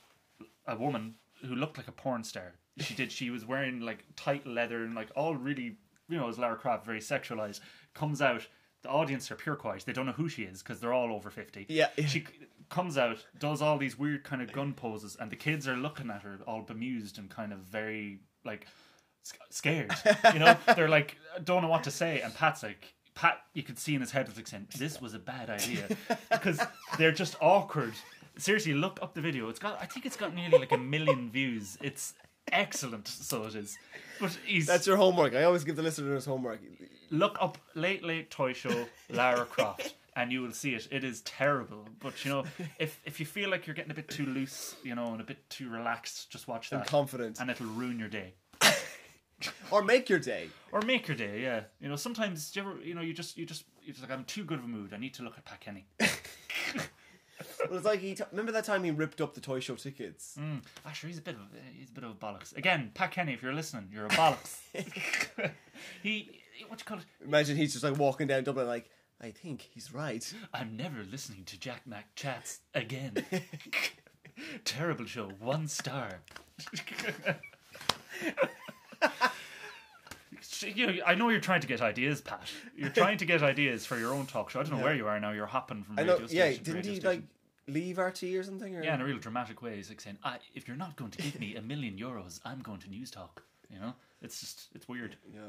Speaker 2: a woman who looked like a porn star. She did. She was wearing like tight leather and like all really, you know, as Lara Croft, very sexualized. Comes out. The audience are pure quiet. They don't know who she is because they're all over fifty.
Speaker 1: Yeah.
Speaker 2: She c- comes out, does all these weird kind of gun poses, and the kids are looking at her all bemused and kind of very like sc- scared. You know, they're like don't know what to say, and Pat's like. Pat, you could see in his head was like saying, "This was a bad idea," because they're just awkward. Seriously, look up the video. It's got, I think it's got nearly like a million views. It's excellent, so it is. But he's
Speaker 1: That's your homework. I always give the listeners homework.
Speaker 2: look up late late toy show Lara Croft and you will see it it is terrible but you know if if you feel like you're getting a bit too loose you know and a bit too relaxed just watch that
Speaker 1: Confident
Speaker 2: and it'll ruin your day
Speaker 1: or make your day.
Speaker 2: or make your day yeah you know sometimes do you ever you know you just you just it's like I'm too good of a mood I need to look at Pat Kenny
Speaker 1: Well, it's like he t- remember that time he ripped up the toy show tickets.
Speaker 2: mm, actually he's a bit of a, he's a bit of a bollocks again Pat Kenny if you're listening you're a bollocks he what do you call it
Speaker 1: Imagine he's just like walking down Dublin, like I think he's right.
Speaker 2: I'm never listening to Jack Mac chats again. Terrible show, one star. You- I know you're trying to get ideas, Pat. You're trying to get ideas for your own talk show. I don't know where you are now. You're hopping from
Speaker 1: I
Speaker 2: radio
Speaker 1: know.
Speaker 2: station
Speaker 1: Yeah,
Speaker 2: to
Speaker 1: didn't
Speaker 2: radio
Speaker 1: he
Speaker 2: station.
Speaker 1: like um, leave RT or something? Or?
Speaker 2: Yeah, in a real dramatic way, he's like saying, I, "If you're not going to give me a million euros, I'm going to news talk." You know, it's just it's weird.
Speaker 1: Yeah.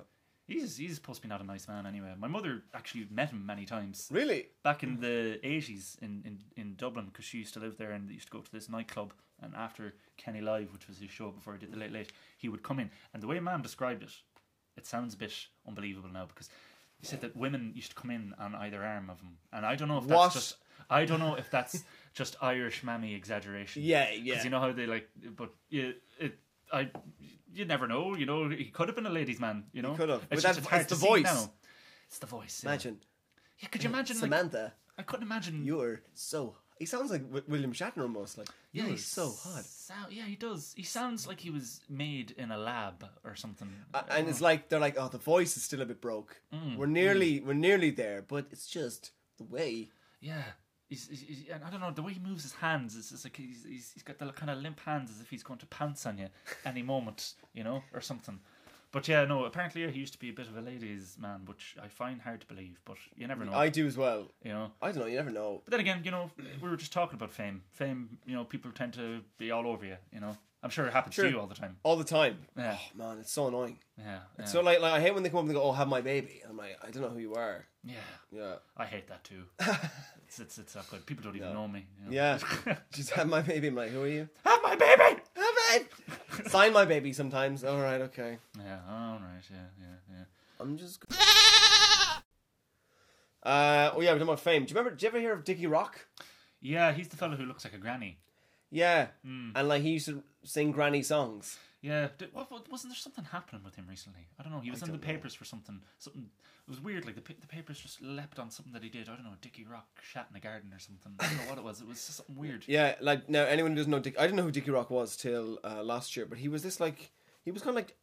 Speaker 2: He's he's supposed to be not a nice man anyway. My mother actually met him many times
Speaker 1: Really?
Speaker 2: back in the 80s in, in, in Dublin because she used to live there and they used to go to this nightclub and after Kenny Live which was his show before he did the Late Late he would come in and the way man described it it sounds a bit unbelievable now because he said that women used to come in on either arm of him and I don't know if that's
Speaker 1: What?
Speaker 2: just I don't know if that's just Irish mammy exaggeration
Speaker 1: Yeah,
Speaker 2: because
Speaker 1: yeah.
Speaker 2: you know how they like but you, it I you never know you know he could have been a ladies man you know
Speaker 1: could have. But
Speaker 2: it's,
Speaker 1: that's-
Speaker 2: just, it's hard
Speaker 1: it's the
Speaker 2: to see
Speaker 1: voice.
Speaker 2: now. it's the voice yeah.
Speaker 1: Imagine
Speaker 2: yeah, could you imagine like,
Speaker 1: Samantha.
Speaker 2: I couldn't imagine
Speaker 1: You're so. He sounds like w- William Shatner almost. Like
Speaker 2: Yeah,
Speaker 1: you're so hot.
Speaker 2: Sound, yeah, he does. He sounds like he was made in a lab or something.
Speaker 1: A- And it's like they're like, oh, the voice is still a bit broke.
Speaker 2: Mm,
Speaker 1: we're nearly, we're nearly there, but it's just the way.
Speaker 2: yeah. He's, he's, he's- and I don't know the way he moves his hands. It's just like he's, he's, he's got the kind of limp hands as if he's going to pounce on you any moment, you know, or something. But yeah, no. Apparently, yeah, he used to be a bit of a ladies' man, which I find hard to believe. But you never know,
Speaker 1: I do as well.
Speaker 2: you know.
Speaker 1: I don't know. You never know.
Speaker 2: But then again, you know, we were just talking about fame. Fame, you know, people tend to be all over you. You know, I'm sure it happens
Speaker 1: Sure.
Speaker 2: to you all the time.
Speaker 1: All the time.
Speaker 2: Yeah,
Speaker 1: Oh, man, it's so annoying.
Speaker 2: yeah, yeah.
Speaker 1: So like, like I hate when they come up and they go, "Oh, have my baby." I'm like, I don't know who you are.
Speaker 2: yeah.
Speaker 1: Yeah.
Speaker 2: I hate that too. it's, it's, it's not good. People don't even
Speaker 1: Yeah.
Speaker 2: know me. you know.
Speaker 1: Yeah. Just have my baby. I'm like, who are you?
Speaker 2: Have my baby!
Speaker 1: Have it! Sign my baby sometimes. All right, okay.
Speaker 2: Yeah, all right, yeah, yeah,
Speaker 1: I'm just. Uh, oh yeah, we're talking about fame. Do you remember? Did you ever hear of Dickie Rock?
Speaker 2: yeah. Yeah, he's the fellow who looks like a granny.
Speaker 1: Yeah. And like he used to sing granny songs.
Speaker 2: Yeah, d- what, what, wasn't there something happening with him recently? I don't know. He was in the
Speaker 1: don't know.
Speaker 2: papers for something. Something it was weird. Like the pa- the papers just leapt on something that he did. I don't know. Dickie Rock shat in a garden or something. I don't know what it was. It was just something weird.
Speaker 1: Yeah, like now anyone who doesn't know Dick, I didn't know who Dickie Rock was till uh, last year, but he was this like he was kind of like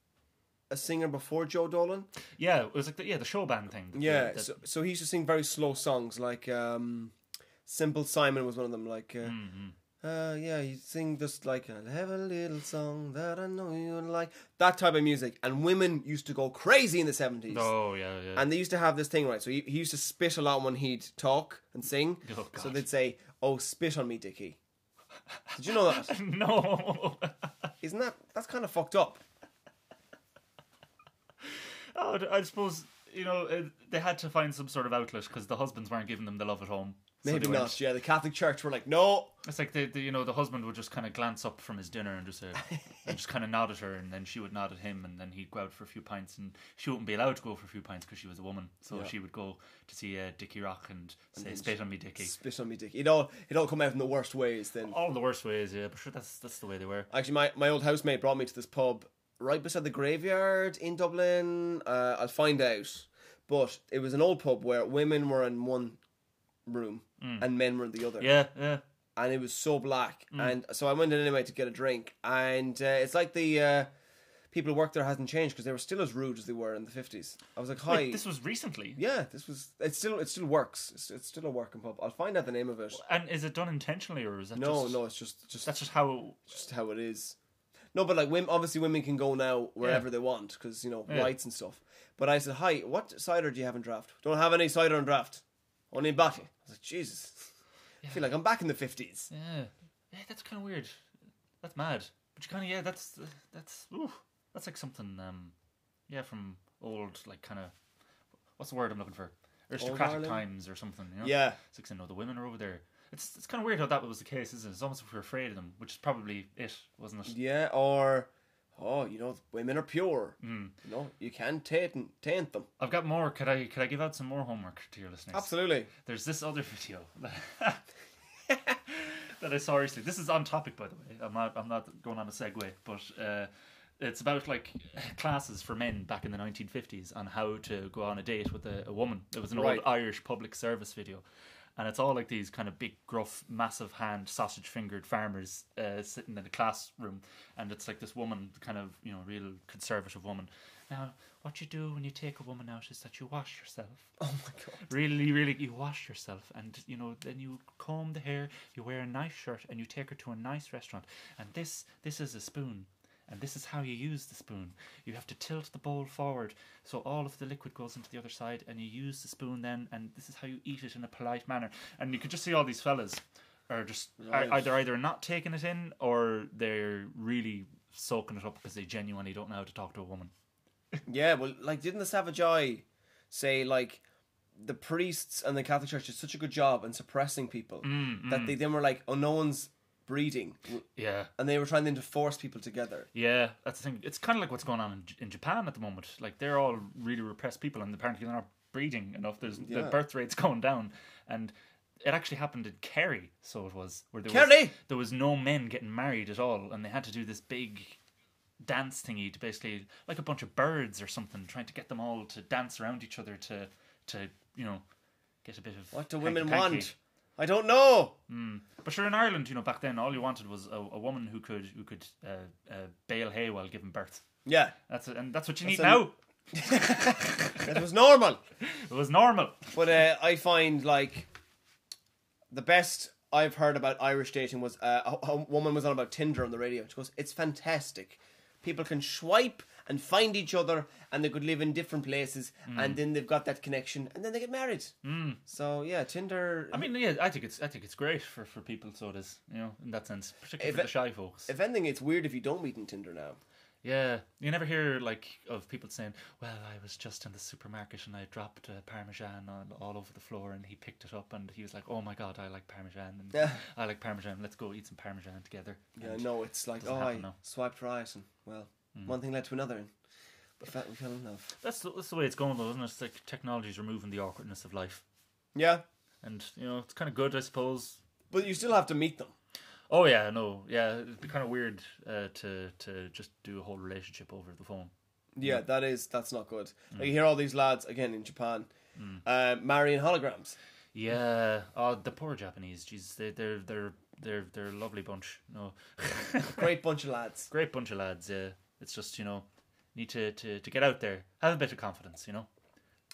Speaker 1: a singer before Joe Dolan.
Speaker 2: Yeah, it was like the, yeah the show band thing. The-
Speaker 1: Yeah,
Speaker 2: the-
Speaker 1: so, so he used to sing very slow songs like um, Simple Simon was one of them. Like, uh,
Speaker 2: Mm-hmm.
Speaker 1: uh, yeah, he sing just like I'll have a little song that I know you like that type of music, and women used to go crazy in the seventies.
Speaker 2: oh yeah, yeah.
Speaker 1: And they used to have this thing, right? So he, he used to spit a lot when he'd talk and sing.
Speaker 2: Oh,
Speaker 1: so
Speaker 2: God.
Speaker 1: they'd say, "Oh, spit on me, Dickie." Did you know that?
Speaker 2: no.
Speaker 1: Isn't that that's kind of fucked up?
Speaker 2: oh, I suppose you know uh, they had to find some sort of outlet because the husbands weren't giving them the love at home. So
Speaker 1: Maybe
Speaker 2: they went-
Speaker 1: not. Yeah, the Catholic Church were like, no.
Speaker 2: It's like the, the you know the husband would just kind of glance up from his dinner and just say, and just kind of nod at her, and then she would nod at him, and then he'd go out for a few pints, and she wouldn't be allowed to go for a few pints because she was a woman, so she would go to see uh, Dickie Rock and say, "Spit on me, Dickie."
Speaker 1: Spit on me, Dickie. It all it all come out in the worst ways. Then
Speaker 2: All the worst ways, yeah, but sure that's that's the way they were.
Speaker 1: actually, my my old housemate brought me to this pub right beside the graveyard in Dublin. Uh, I'll find out. But it was an old pub where women were in one room and men were in the other.
Speaker 2: Mm. Yeah, Mm. yeah.
Speaker 1: and it was so black. And so I went in anyway to get a drink, and uh, it's like the uh, people who work there hasn't changed because they were still as rude as they were in the fifties. I was like, hi.
Speaker 2: Wait, this was recently,
Speaker 1: yeah, this was. It still it still works. It's, it's still a working pub. I'll find out the name of it.
Speaker 2: and is it done intentionally or is that
Speaker 1: No,
Speaker 2: just,
Speaker 1: no, it's just just
Speaker 2: That's just how.
Speaker 1: just how it is. No, but like women, obviously women can go now wherever
Speaker 2: Yeah.
Speaker 1: they want because you know rights and stuff. But I said, hi, what cider do you have in draft? Don't have any cider in draft. Only in bottle. I was like, Jesus. I feel like I'm back in the fifties.
Speaker 2: Yeah, yeah, that's kind of weird. That's mad. But you kind of yeah, that's that's ooh, that's like something um, yeah, from old like kind of what's the word I'm looking for? Aristocratic
Speaker 1: Ireland?
Speaker 2: times or something. You know?
Speaker 1: Yeah.
Speaker 2: it's like saying no, the women are over there. It's it's kind of weird how that was the case, isn't it? It's almost if we were afraid of them, which is probably it, wasn't it?
Speaker 1: Yeah, or oh, you know, women are pure. You know, you can taint taint them.
Speaker 2: I've got more. Could I could I give out some more homework to your listeners?
Speaker 1: Absolutely.
Speaker 2: There's this other video that- that I saw recently. This is on topic, by the way. I'm not. I'm not going on a segue, but uh, it's about like classes for men back in the 1950s on how to go on a date with a, a woman. It was an
Speaker 1: Right.
Speaker 2: old Irish public service video, and it's all like these kind of big, gruff, massive hand, sausage fingered farmers uh, sitting in a classroom, and it's like this woman, kind of you know, real conservative woman. Now, what you do when you take a woman out is that you wash yourself
Speaker 1: Oh my god.
Speaker 2: really, really, you wash yourself, and you know, then you comb the hair, you wear a nice shirt, and you take her to a nice restaurant. And this, this is a spoon, and this is how you use the spoon. You have to tilt the bowl forward so all of the liquid goes into the other side, and you use the spoon then, and this is how you eat it in a polite manner. And you could just see all these fellas are just
Speaker 1: Right.
Speaker 2: are, are they're either not taking it in or they're really soaking it up because they genuinely don't know how to talk to a woman.
Speaker 1: Yeah, well, like, didn't the Savage Eye say like the priests and the Catholic Church did such a good job in suppressing people that they then were like, oh, no one's breeding,
Speaker 2: Yeah.
Speaker 1: and they were trying then to force people together.
Speaker 2: Yeah, that's the thing. It's kind of like what's going on in, J- in Japan at the moment. Like they're all really repressed people, and apparently they're not breeding enough. There's the
Speaker 1: Yeah.
Speaker 2: birth rate's going down, and it actually happened in Kerry. So it was where there was
Speaker 1: Kerry!
Speaker 2: there was no men getting married at all, and they had to do this big dance thingy to basically like a bunch of birds or something, trying to get them all to dance around each other to to you know get a bit of
Speaker 1: What do women
Speaker 2: hanky-panky.
Speaker 1: want? I don't know.
Speaker 2: But sure, in Ireland, you know, back then, all you wanted was a, a woman who could who could uh, uh, bale hay while giving birth.
Speaker 1: Yeah,
Speaker 2: That's it, and that's what you need
Speaker 1: a-
Speaker 2: now.
Speaker 1: that was normal.
Speaker 2: It was normal.
Speaker 1: But uh, I find like the best I've heard about Irish dating was uh, a, a woman was on about Tinder on the radio. She goes, "It's fantastic. People can swipe and find each other, and they could live in different places,
Speaker 2: Mm.
Speaker 1: and then they've got that connection, and then they get married." Mm. So yeah, Tinder.
Speaker 2: I mean, yeah, I think it's I think it's great for, for people. So it is, you know, in that sense, particularly
Speaker 1: If
Speaker 2: for
Speaker 1: it-
Speaker 2: the shy folks.
Speaker 1: if anything, it's weird if you don't meet in Tinder now.
Speaker 2: yeah, you never hear like of people saying, "Well, I was just in the supermarket and I dropped uh, parmesan all, all over the floor, and he picked it up, and he was like, "Oh my god, I like parmesan, and
Speaker 1: Yeah.
Speaker 2: I like parmesan. Let's go eat some parmesan together."
Speaker 1: Yeah,
Speaker 2: And-
Speaker 1: no, it's like oh,
Speaker 2: doesn't
Speaker 1: I
Speaker 2: happen now.
Speaker 1: swiped right, and well, one thing led to another, and we fell, we fell in love.
Speaker 2: that's the, that's the way it's going, though, isn't it? It's like technology's removing the awkwardness of life,
Speaker 1: Yeah,
Speaker 2: and you know, it's kind of good, I suppose.
Speaker 1: but you still have to meet them.
Speaker 2: Oh yeah, no, yeah, it'd be kind of weird uh, to to just do a whole relationship over the phone.
Speaker 1: Yeah, Hmm. that is that's not good. Like you hear all these lads again in Japan uh, marrying holograms.
Speaker 2: Yeah, oh the poor Japanese, jeez, they they're they're they're they're a lovely bunch. No,
Speaker 1: Great bunch of lads.
Speaker 2: great bunch of lads. Yeah, it's just you know need to to to get out there, have a bit of confidence, you know.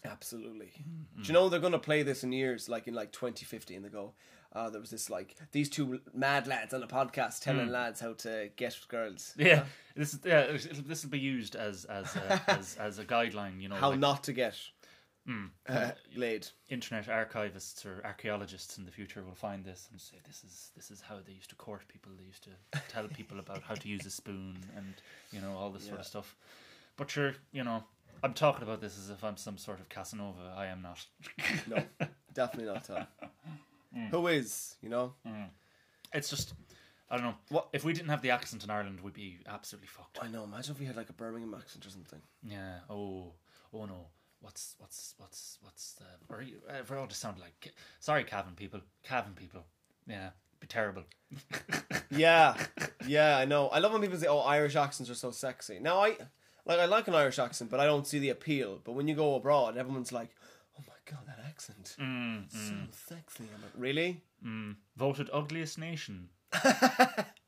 Speaker 1: Absolutely. Do you know they're going to play this in years, like in like 2050, and they go, "Oh, there was this like these two mad lads on a podcast telling lads how to get girls,
Speaker 2: Yeah, this is yeah this will be used as as a, as as a guideline, you know,
Speaker 1: how
Speaker 2: like
Speaker 1: not to get uh, laid."
Speaker 2: internet archivists or archaeologists in the future will find this and say this is this is how they used to court people. They used to tell people about how to use a spoon and you know all this sort
Speaker 1: Yeah.
Speaker 2: of stuff. But sure, you know, I'm talking about this as if I'm some sort of Casanova. I am not.
Speaker 1: No, definitely not Tom. Who is? You know,
Speaker 2: It's just I don't know.
Speaker 1: What-
Speaker 2: if we didn't have the accent in Ireland, we'd be absolutely fucked.
Speaker 1: I know. Imagine if we had like a Birmingham accent or something.
Speaker 2: Yeah. Oh. Oh no. What's what's what's what's the? Or you- uh, for all to sound like. Ca- Sorry, Cavan people. Cavan people. Yeah. Be terrible.
Speaker 1: Yeah, yeah, I know. I love when people say, "Oh, Irish accents are so sexy." Now, I like I like an Irish accent, but I don't see the appeal. But when you go abroad, everyone's like, "Oh my god, that accent, so sexy." I'm like, really?
Speaker 2: Voted ugliest nation,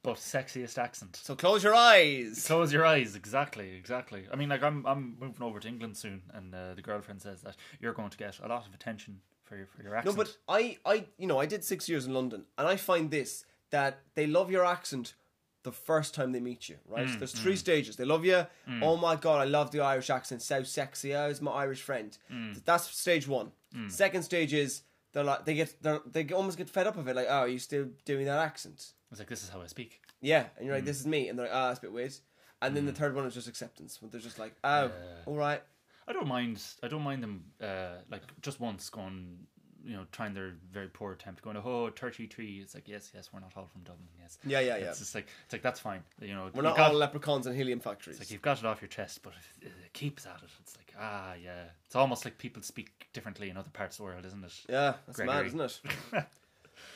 Speaker 2: but sexiest accent.
Speaker 1: So close your eyes.
Speaker 2: Close your eyes. Exactly. Exactly. I mean, like I'm I'm moving over to England soon, and uh, the girlfriend says that you're going to get a lot of attention for your for your
Speaker 1: No,
Speaker 2: accent.
Speaker 1: but I, I, you know, I did six years in London, and I find this that they love your accent the first time they meet you. Right?
Speaker 2: Mm,
Speaker 1: There's three stages. They love you. Oh my god, I love the Irish accent. So sexy. Oh, it's my Irish friend.
Speaker 2: Mm.
Speaker 1: Th- That's stage one. Second stage is they're like they get they're, they get- almost get fed up of it. Like, oh, are you still doing that accent?
Speaker 2: it's like this is how I speak.
Speaker 1: Yeah, and
Speaker 2: Mm.
Speaker 1: you're like, this is me, and they're like, ah, that's a bit weird. And then the third one is just acceptance. But they're just like, oh, all right.
Speaker 2: I don't mind. I don't mind them. Uh, like just once going, you know, trying their very poor attempt, going, oh, 33. It's like yes, yes, we're not all from Dublin. Yes.
Speaker 1: Yeah, yeah, yeah.
Speaker 2: It's just like it's like that's fine. You know,
Speaker 1: We're
Speaker 2: you
Speaker 1: not
Speaker 2: got,
Speaker 1: all leprechauns and helium factories.
Speaker 2: like you've got it off your chest, but it, it keeps at it. It's like ah, yeah. It's almost like people speak differently in other parts of the world, isn't it?
Speaker 1: Yeah, that's mad,
Speaker 2: Gregory.
Speaker 1: isn't it?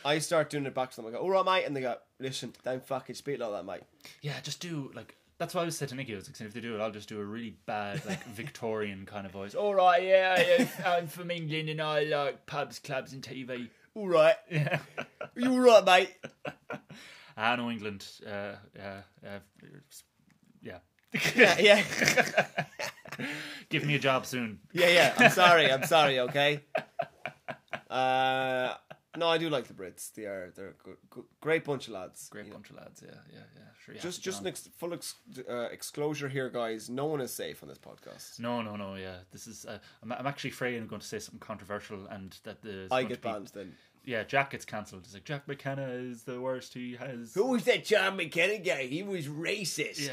Speaker 1: I start doing it back to them. I go, all right, mate. And they go, listen, don't fucking speak like that, mate.
Speaker 2: Yeah, just do like that's why I was said to Nicky. I was like, if they do it, I'll just do a really bad like Victorian kind of voice. All right, yeah, yeah, I'm from England and I like pubs, clubs, and TV.
Speaker 1: All right.
Speaker 2: Yeah.
Speaker 1: You all right, mate?
Speaker 2: Ah, no, England. Uh, yeah, uh, yeah.
Speaker 1: Yeah, yeah.
Speaker 2: Give me a job soon.
Speaker 1: Yeah, yeah. I'm sorry. I'm sorry, okay? Uh, no, I do like the Brits. They are, they're a good, good, great bunch of lads.
Speaker 2: Great bunch of lads. Yeah, yeah, yeah. Sure. you
Speaker 1: Just
Speaker 2: have to get
Speaker 1: just
Speaker 2: on.
Speaker 1: an ex- full ex- uh, disclosure here, guys. No one is safe on this podcast.
Speaker 2: No, no, no. Yeah, this is. Uh, I'm, I'm actually afraid I'm going to say something controversial, and that the it's
Speaker 1: I
Speaker 2: going
Speaker 1: get
Speaker 2: to be-
Speaker 1: banned then.
Speaker 2: Yeah, Jack gets cancelled. It's like Jack McKenna is the worst. He has.
Speaker 1: Who was that John McKenna guy? He was racist.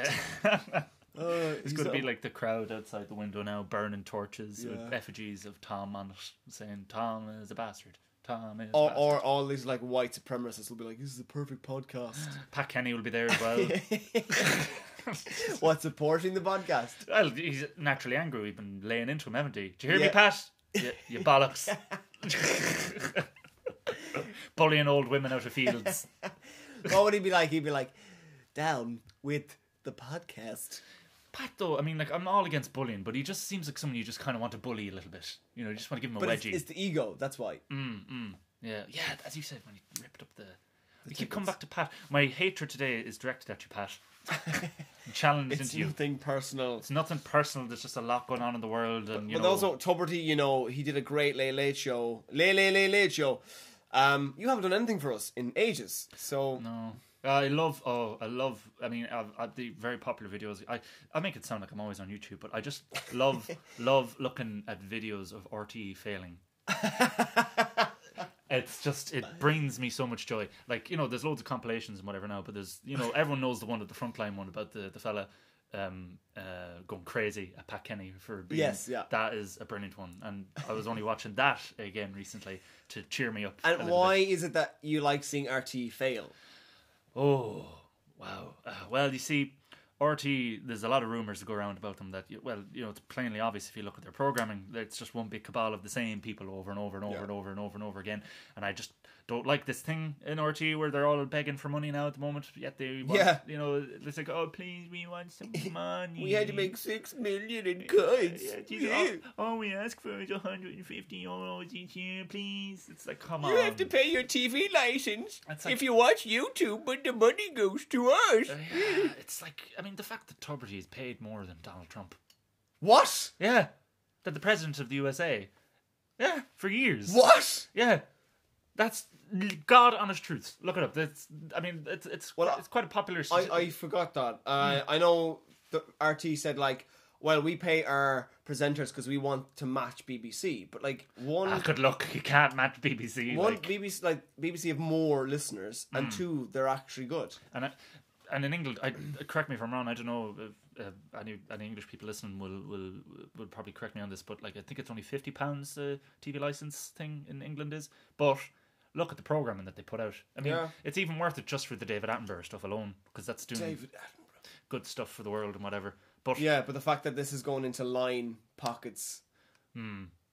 Speaker 2: Yeah.
Speaker 1: Uh,
Speaker 2: It's going to be like the crowd outside the window now, burning torches with
Speaker 1: Yeah.
Speaker 2: effigies of Tom on it, saying Tom is a bastard. Tom is. a
Speaker 1: Or,
Speaker 2: bastard.
Speaker 1: or all these like white supremacists will be like, this is the perfect podcast.
Speaker 2: Pat Kenny will be there as well.
Speaker 1: What supporting the podcast?
Speaker 2: Well, he's naturally angry. We've been laying into him, haven't we? Do you hear
Speaker 1: Yeah.
Speaker 2: me, Pat? You, you bollocks. Bullying old women out of fields.
Speaker 1: What would he be like? He'd be like, down with the podcast.
Speaker 2: Pat, though, I mean, like, I'm all against bullying, but he just seems like someone you just kind of want to bully a little bit. You know, you just want to give him a
Speaker 1: But it's,
Speaker 2: wedgie. Mm.
Speaker 1: it's the ego. That's why.
Speaker 2: Yeah, yeah, as you said, when he ripped up the. we keep coming back to Pat. My hatred today is directed at you, Pat. I'm challenged
Speaker 1: It's
Speaker 2: into you.
Speaker 1: nothing personal.
Speaker 2: It's nothing personal, there's just a lot going on in the world, and, you
Speaker 1: But
Speaker 2: know.
Speaker 1: also Tuberty, you know, he did a great late late show, late late late late show. Um, you haven't done anything for us in ages, so
Speaker 2: No. I love, oh, I love, I mean, I've, I've the very popular videos. I, I make it sound like I'm always on YouTube, but I just love, love looking at videos of RTE failing. it's just, it brings me so much joy. Like, you know, there's loads of compilations and whatever now, but there's, you know, everyone knows the one, the frontline one about the, the fella um, uh, going crazy at Pat Kenny for being,
Speaker 1: Yes, yeah.
Speaker 2: that is a brilliant one. And I was only watching that again recently to cheer me up. a
Speaker 1: And
Speaker 2: little bit.
Speaker 1: why is it that you like seeing RT fail?
Speaker 2: Oh, wow. Uh, well, you see, RT, there's a lot of rumors that go around about them that, well, you know, it's plainly obvious if you look at their programming, that it's just one big cabal of the same people over and over and over
Speaker 1: Yeah.
Speaker 2: and over and over and over again. And I just don't like this thing in RT where they're all begging for money now at the moment, yet they want,
Speaker 1: Yeah.
Speaker 2: you know, it's like, oh, please, we want some money.
Speaker 1: six million in
Speaker 2: Yeah, geez, all, all we ask for is 150 euros each year, please. It's like, come on.
Speaker 1: pay your TV license
Speaker 2: um, That's like- if
Speaker 1: you watch YouTube, but the money goes to us.
Speaker 2: Yeah, it's like, I mean, the fact that Tuberty is paid more than Donald Trump.
Speaker 1: What?
Speaker 2: Yeah. That the president of the USA. Yeah, for years.
Speaker 1: What?
Speaker 2: Yeah. That's God honest truth. Look it up. That's I mean, it's it's
Speaker 1: Well,
Speaker 2: it's quite a popular.
Speaker 1: I, I forgot that. Uh,
Speaker 2: Hmm.
Speaker 1: I know the RT said like, well, we pay our presenters because we want to match BBC, but like one
Speaker 2: Ah, good luck. You can't match BBC.
Speaker 1: one
Speaker 2: like, Mm.
Speaker 1: BBC like BBC have more listeners, and two they're actually good.
Speaker 2: and I, and in England, I correct me if I'm wrong. I don't know if uh, any any English people listening will will will probably correct me on this, but like I think it's only fifty pounds the TV license thing in England is. But look at the programming that they put out. I mean,
Speaker 1: Yeah.
Speaker 2: it's even worth it just for the David Attenborough stuff alone because that's doing
Speaker 1: David Attenborough.
Speaker 2: good stuff for the world and whatever. But
Speaker 1: Yeah, but the fact that this is going into line pockets.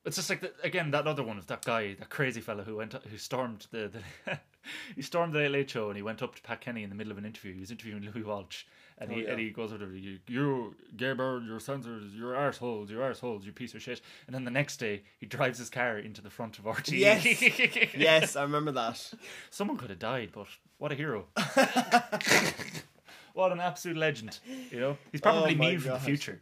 Speaker 2: It's just like the, again that other one of that guy, that crazy fella who went who stormed the, the he stormed the Late Late Show and he went up to Pat Kenny in the middle of an interview. He was interviewing Louis Walsh and he
Speaker 1: Oh, yeah.
Speaker 2: and he goes over to you, you gay bird, your censors, your arseholes, your arseholes, you piece of shit. And then the next day he drives his car into the front of RT.
Speaker 1: Yes. yes, I remember that.
Speaker 2: Someone could have died, but what a hero! what an absolute legend! You know he's probably
Speaker 1: Oh my
Speaker 2: me from the
Speaker 1: God.
Speaker 2: future.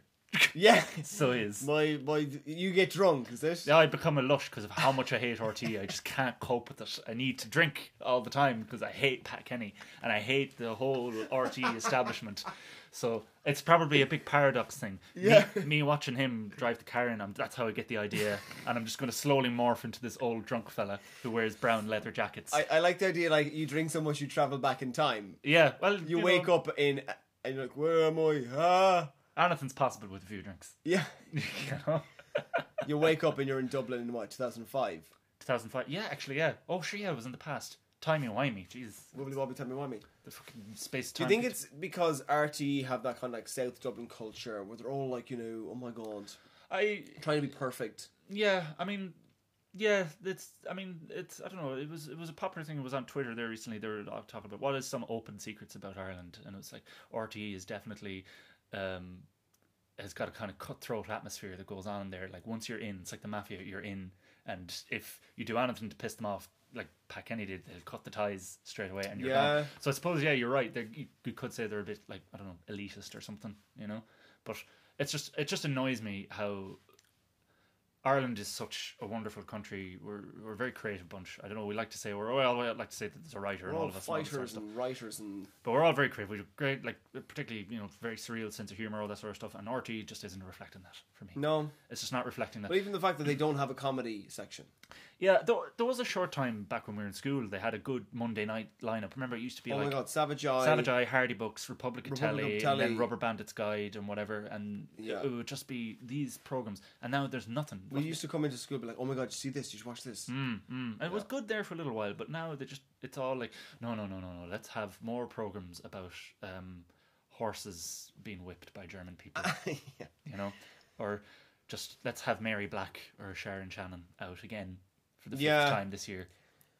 Speaker 1: Yeah,
Speaker 2: So he is.
Speaker 1: my my, you get drunk, is it?
Speaker 2: Yeah, I become a lush because of how much I hate RT. I just can't cope with it. I need to drink all the time because I hate Pat Kenny and I hate the whole RT establishment. So it's probably a big paradox thing.
Speaker 1: Yeah.
Speaker 2: Me, me watching him drive the car in, I'm, that's how I get the idea. And I'm just going to slowly morph into this old drunk fella who wears brown leather jackets.
Speaker 1: I, I like the idea like you drink so much you travel back in time.
Speaker 2: yeah, well,
Speaker 1: You, wake up in and you're like, where am I? Ah,
Speaker 2: Anything's possible with a few drinks.
Speaker 1: yeah.
Speaker 2: you know?
Speaker 1: You wake up and you're in Dublin in what 2005.
Speaker 2: 2005. Yeah, actually, yeah. Oh, sure, yeah, it was in the past. Timey wimey, jeez.
Speaker 1: Wibbly wobbly, timey wimey.
Speaker 2: The fucking space
Speaker 1: Do
Speaker 2: time.
Speaker 1: you think it's because RT have that kind of like South Dublin culture where they're all like, you know, oh my god,
Speaker 2: I
Speaker 1: trying to be perfect?
Speaker 2: Yeah, I mean, yeah, it's. I mean, it's. I don't know. It was. It was a popular thing. It was on Twitter there recently. They were talking about what is some open secrets about Ireland, and it was like RTE is definitely. um has got a kind of cutthroat atmosphere that goes on in there. Like once you're in, it's like the mafia. You're in, and if you do anything to piss them off, like Pat Kenny did, they'll cut the ties straight away, and you're
Speaker 1: Yeah.
Speaker 2: gone. So I suppose yeah, you're right. They're, you, you could say they're a bit like I don't know, elitist or something, you know. But it's just it just annoys me how Ireland is such a wonderful country. We're we're a very creative bunch. I don't know. We like to say we're. Well, I like to say that there's a writer
Speaker 1: We're
Speaker 2: and all
Speaker 1: all
Speaker 2: of us. and all this sort of
Speaker 1: fighters
Speaker 2: stuff
Speaker 1: and writers and
Speaker 2: but we're all very creative. We've great, like particularly you know very surreal sense of humor, all that sort of stuff. And RT just isn't reflecting that for me.
Speaker 1: no,
Speaker 2: It's just not reflecting that.
Speaker 1: but even the fact that they don't have a comedy section.
Speaker 2: Yeah, there, there was a short time back when we were in school. They had a good Monday night lineup. Remember, it used to be
Speaker 1: Oh
Speaker 2: like
Speaker 1: my god, Savage Eye.
Speaker 2: Savage Eye, Hardy Books, Republic of
Speaker 1: Republic
Speaker 2: Telly,
Speaker 1: of
Speaker 2: and
Speaker 1: Telly.
Speaker 2: then Rubber Bandits Guide, and whatever. And it-
Speaker 1: Yeah.
Speaker 2: it, would just be these programs. And now there's nothing.
Speaker 1: We used to come into school and be like, oh my god, did you see this? Did you watch this?
Speaker 2: Mm, mm. It was good there for a little while, but now they just it's all like no, no, no, no, no. Let's have more programs about um, horses being whipped by German people,
Speaker 1: Yeah.
Speaker 2: you know, or just let's have Mary Black or Sharon Shannon out again for the
Speaker 1: Yeah.
Speaker 2: fifth time this year.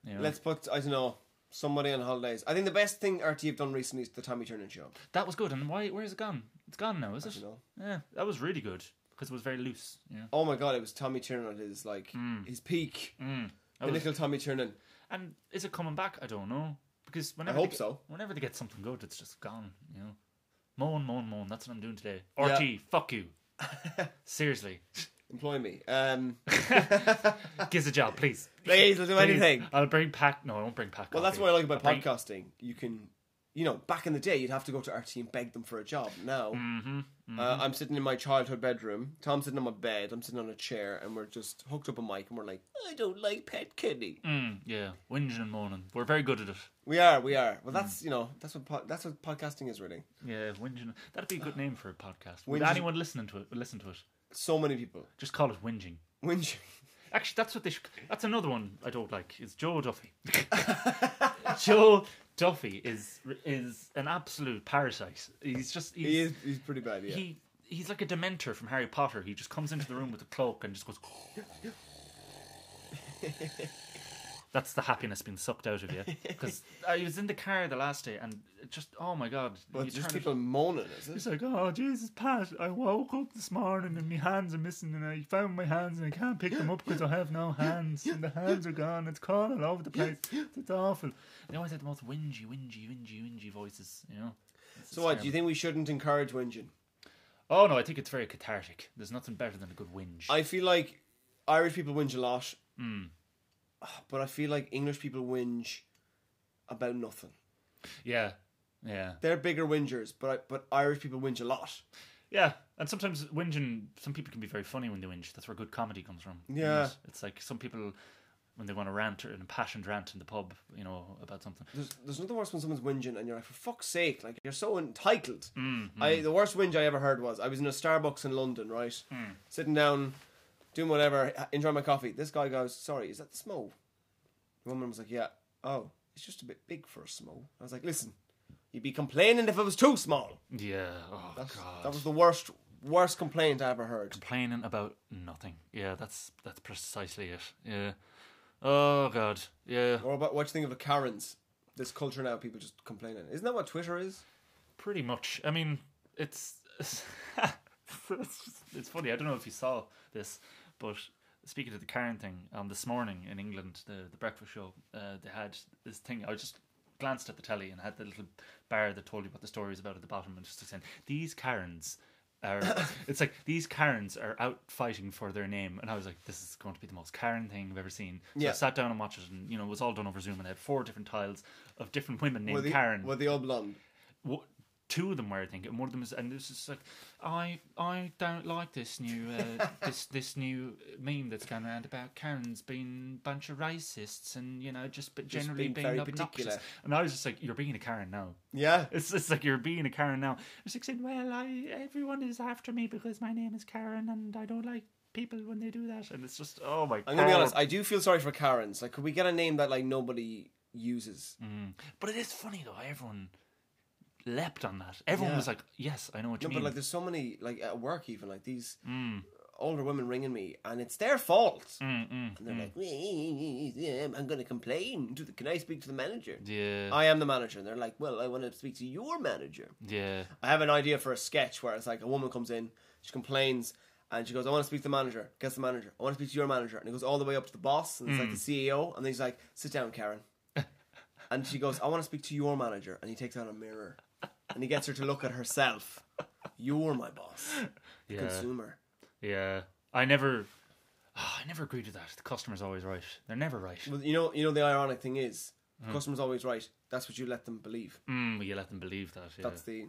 Speaker 2: You know?
Speaker 1: Let's put, I don't know, somebody on holidays. I think the best thing RT have done recently is the Tommy Turner show.
Speaker 2: that was good. And why? Where's it gone? It's gone now, is it?
Speaker 1: You know?
Speaker 2: Yeah, that was really good because it was very loose. Yeah,
Speaker 1: Oh my god, it was Tommy Turner at his like his peak.
Speaker 2: mm. That was-
Speaker 1: Pinnacle Tommy Turner.
Speaker 2: and is it coming back? I don't know because whenever
Speaker 1: hope
Speaker 2: they, get-
Speaker 1: so.
Speaker 2: Whenever they get something good, it's just gone. You know, moan, moan, moan. That's what I'm doing today. RT, fuck you. Seriously,
Speaker 1: Employ me. Um
Speaker 2: give us a job, please.
Speaker 1: Please, I'll do
Speaker 2: Please.
Speaker 1: anything.
Speaker 2: I'll bring pack. No, I won't bring pack.
Speaker 1: Well, that's
Speaker 2: coffee.
Speaker 1: what I like about
Speaker 2: I'll bring-
Speaker 1: podcasting. You can, you know, back in the day, you'd have to go to RT and beg them for a job. Now,
Speaker 2: Mm-hmm,
Speaker 1: Uh, I'm sitting in my childhood bedroom. Tom's sitting on my bed. I'm sitting on a chair, and we're just hooked up a mic, and we're like, "I don't like pet kitty."
Speaker 2: Mm, yeah, whinging and moaning. We're very good at it.
Speaker 1: We are, we are.
Speaker 2: Mm.
Speaker 1: Well, that's you know, that's what po- that's what podcasting is really.
Speaker 2: Yeah, whinging. That'd be a good name for a podcast. Would
Speaker 1: Whinging-
Speaker 2: anyone listening to it listen to it?
Speaker 1: So many people.
Speaker 2: Just call it whinging.
Speaker 1: When you-
Speaker 2: Actually, that's what they. Should, that's another one I don't like. Is Joe Duffy. Joe Duffy is is an absolute parasite. He's just he's,
Speaker 1: He is. He's pretty bad. Yeah.
Speaker 2: he he's like a dementor from Harry Potter. He just comes into the room with a cloak and just goes. That's the happiness being sucked out of you. Because I was in the car the last day and it just oh my god,
Speaker 1: but
Speaker 2: you
Speaker 1: it's just
Speaker 2: turn it-
Speaker 1: people moaning, is it?
Speaker 2: It's like, oh Jesus, Pat! I woke up this morning and my hands are missing, and I found my hands and I can't pick them up because I have no hands, and the hands are gone. It's caught all over the place. It's awful. They always had the most whingy, whingy, whingy, whingy voices. You know. It's
Speaker 1: So what?
Speaker 2: terrible.
Speaker 1: Do you think we shouldn't encourage whinging?
Speaker 2: Oh no, I think it's very cathartic. There's nothing better than a good whinge.
Speaker 1: I feel like Irish people whinge a lot, but I feel like English people whinge about nothing.
Speaker 2: yeah, yeah,
Speaker 1: They're bigger whingers, but I, but Irish people whinge a lot.
Speaker 2: yeah. And sometimes whinging, some people can be very funny when they whinge. That's where good comedy comes from. isn't
Speaker 1: Yeah.
Speaker 2: it? it's like some people when they want to rant or an impassioned rant in the pub, you know, about something.
Speaker 1: There's, there's nothing worse when someone's whinging and you're like, for fuck's sake, like you're so entitled. I the worst whinge I ever heard was I was in a Starbucks in London, right, sitting down, doing whatever, ha- enjoying my coffee. This guy goes, "Sorry, is that the smoke?" The woman was like, "Yeah." Oh, it's just a bit big for a smoke. I was like, "Listen, you'd be complaining if it was too small."
Speaker 2: Yeah. Oh
Speaker 1: That's-
Speaker 2: god.
Speaker 1: That was the worst worst complaint I ever heard.
Speaker 2: Complaining about nothing. Yeah, that's that's precisely it. Yeah. Oh god. Yeah.
Speaker 1: Or about what you think of the Karens? This culture now, people just complaining. Isn't that what Twitter is?
Speaker 2: Pretty much. I mean, it's it's, just- it's funny. I don't know if you saw this, but speaking of the Karen thing, um, this morning in England, the the breakfast show, uh, they had this thing. I just glanced at the telly and had the little bar that told you what the story was about at the bottom, and just saying these Karens. Are, it's like these Karens are out fighting for their name, and I was like, "This is going to be the most Karen thing I've ever seen." So
Speaker 1: Yeah.
Speaker 2: I sat down and watched it, and you know, it was all done over Zoom, and they had four different tiles of different women named
Speaker 1: Were the,
Speaker 2: Karen
Speaker 1: Were the all blonde?
Speaker 2: what two of them were I think, and one of them is, and this is like, I I don't like this new uh, this this new meme that's going around about Karen's being a bunch of racists and you know just but
Speaker 1: Just
Speaker 2: generally
Speaker 1: being
Speaker 2: being,
Speaker 1: very
Speaker 2: obnoxious.
Speaker 1: particular.
Speaker 2: And I was just like, you're being a Karen now.
Speaker 1: Yeah.
Speaker 2: It's it's like you're being a Karen now. It's like saying, well, I everyone is after me because my name is Karen and I don't like people when they do that. And it's just oh my
Speaker 1: I'm
Speaker 2: god.
Speaker 1: gonna be honest. I do feel sorry for Karens. Like, could we get a name that like nobody uses?
Speaker 2: Mm. but it is funny though. how Everyone leapt on that. Everyone
Speaker 1: Yeah.
Speaker 2: was like, yes, I know what
Speaker 1: No,
Speaker 2: you
Speaker 1: but
Speaker 2: mean.
Speaker 1: like, there's so many like at work even like these
Speaker 2: Mm.
Speaker 1: older women ringing me, and it's their fault.
Speaker 2: mm,
Speaker 1: and they're like, "Well, I'm gonna complain. To the, can I speak to the manager?
Speaker 2: yeah,
Speaker 1: I am the manager, and they're like, well, I want to speak to your manager.
Speaker 2: yeah.
Speaker 1: I have an idea for a sketch where it's like a woman comes in, she complains, and she goes, I want to speak to the manager. Guess the manager. I want to speak to your manager. And it goes all the way up to the boss, and it's
Speaker 2: Hmm.
Speaker 1: like the CEO, and then he's like, Sit down, Karen. and she goes, I want to speak to your manager. And he takes out a mirror and he gets her to look at herself. You're my boss, the
Speaker 2: Yeah.
Speaker 1: consumer.
Speaker 2: Yeah, I never, Ah, I never agree to that. The customer's always right. They're never right.
Speaker 1: Well, you know, you know the ironic thing is,
Speaker 2: Hmm.
Speaker 1: the customer's always right. That's what you let them believe.
Speaker 2: Mm, you let them believe that. Yeah.
Speaker 1: That's the,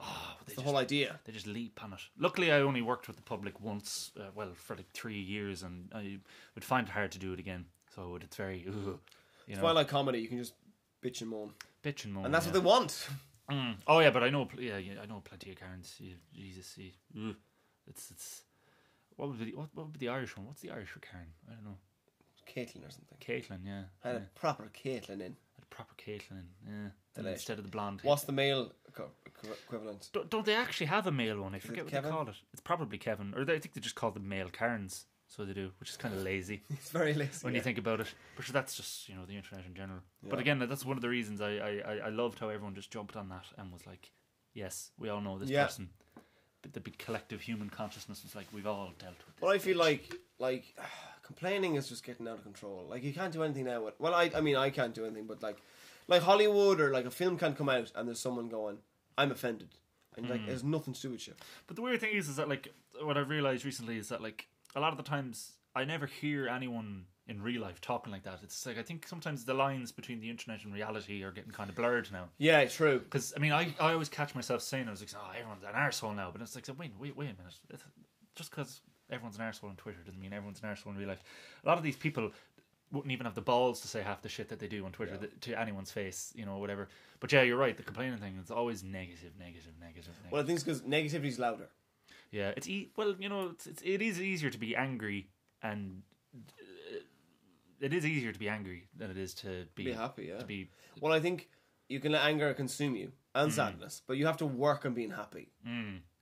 Speaker 2: Ah, but they
Speaker 1: the
Speaker 2: just
Speaker 1: whole idea.
Speaker 2: they just leap on it. Luckily, I only worked with the public once. Uh, well, for like three years, and I would find it hard to do it again. So it's very, ugh, you know,
Speaker 1: That's why I like comedy. You can just bitch and moan,
Speaker 2: bitch and moan.
Speaker 1: and that's
Speaker 2: yeah.
Speaker 1: what they want.
Speaker 2: Mm. Oh yeah, but I know, pl- yeah, yeah, I know plenty of Karens. Yeah, Jesus, yeah. Ugh. it's it's. What would be the, what, what would be the Irish one? What's the Irish for Karen? I don't know.
Speaker 1: Caitlin or something.
Speaker 2: Caitlin, yeah,
Speaker 1: I had
Speaker 2: yeah.
Speaker 1: a proper Caitlin in.
Speaker 2: Had proper Caitlin, yeah, And
Speaker 1: Delish.
Speaker 2: instead of the blonde.
Speaker 1: What's the male co- co- equivalent?
Speaker 2: Don't, don't they actually have a male one? I forget what
Speaker 1: Kevin?
Speaker 2: they call it. It's probably Kevin, or they, I think they just call them male Karens. So they do, which is kind of lazy
Speaker 1: It's very lazy.
Speaker 2: when
Speaker 1: yeah.
Speaker 2: you think about it. But sure, that's just you know the internet in general. But
Speaker 1: Yeah.
Speaker 2: again, that's one of the reasons I, I I- I loved how everyone just jumped on that and was like, yes, we all know this
Speaker 1: Yeah.
Speaker 2: person. But the big collective human consciousness was like, we've all dealt with. This.
Speaker 1: Well, I feel like like ah, complaining is just getting out of control. Like you can't do anything now. with- Well, I I mean I can't do anything, but like like Hollywood or like a film can't come out and there's someone going, I'm offended, and
Speaker 2: Hmm.
Speaker 1: you're like there's nothing to do with you.
Speaker 2: But the weird thing is, is that like what I've realized recently is that like a lot of the times I never hear anyone in real life talking like that. It's like I think sometimes the lines between the internet and reality are getting kind of blurred now.
Speaker 1: Yeah, true.
Speaker 2: Because I mean, I, I always catch myself saying I was like, oh, everyone's an arsehole now, but it's like, wait, wait, wait a minute. It's, just because everyone's an arsehole on Twitter doesn't mean everyone's an arsehole in real life. A lot of these people wouldn't even have the balls to say half the shit that they do on Twitter that, to anyone's face, you know, whatever. But yeah, you're right. The complaining thing is always negative, negative, negative. negative.
Speaker 1: Well, I think it's because negativity is louder.
Speaker 2: yeah, it's e- well, you know, it's, it's it is easier to be angry and. uh, It is easier to be angry than it is to be,
Speaker 1: Be happy, yeah.
Speaker 2: To be Hmm.
Speaker 1: Well, I think you can let anger consume you and sadness, but you have to work on being happy.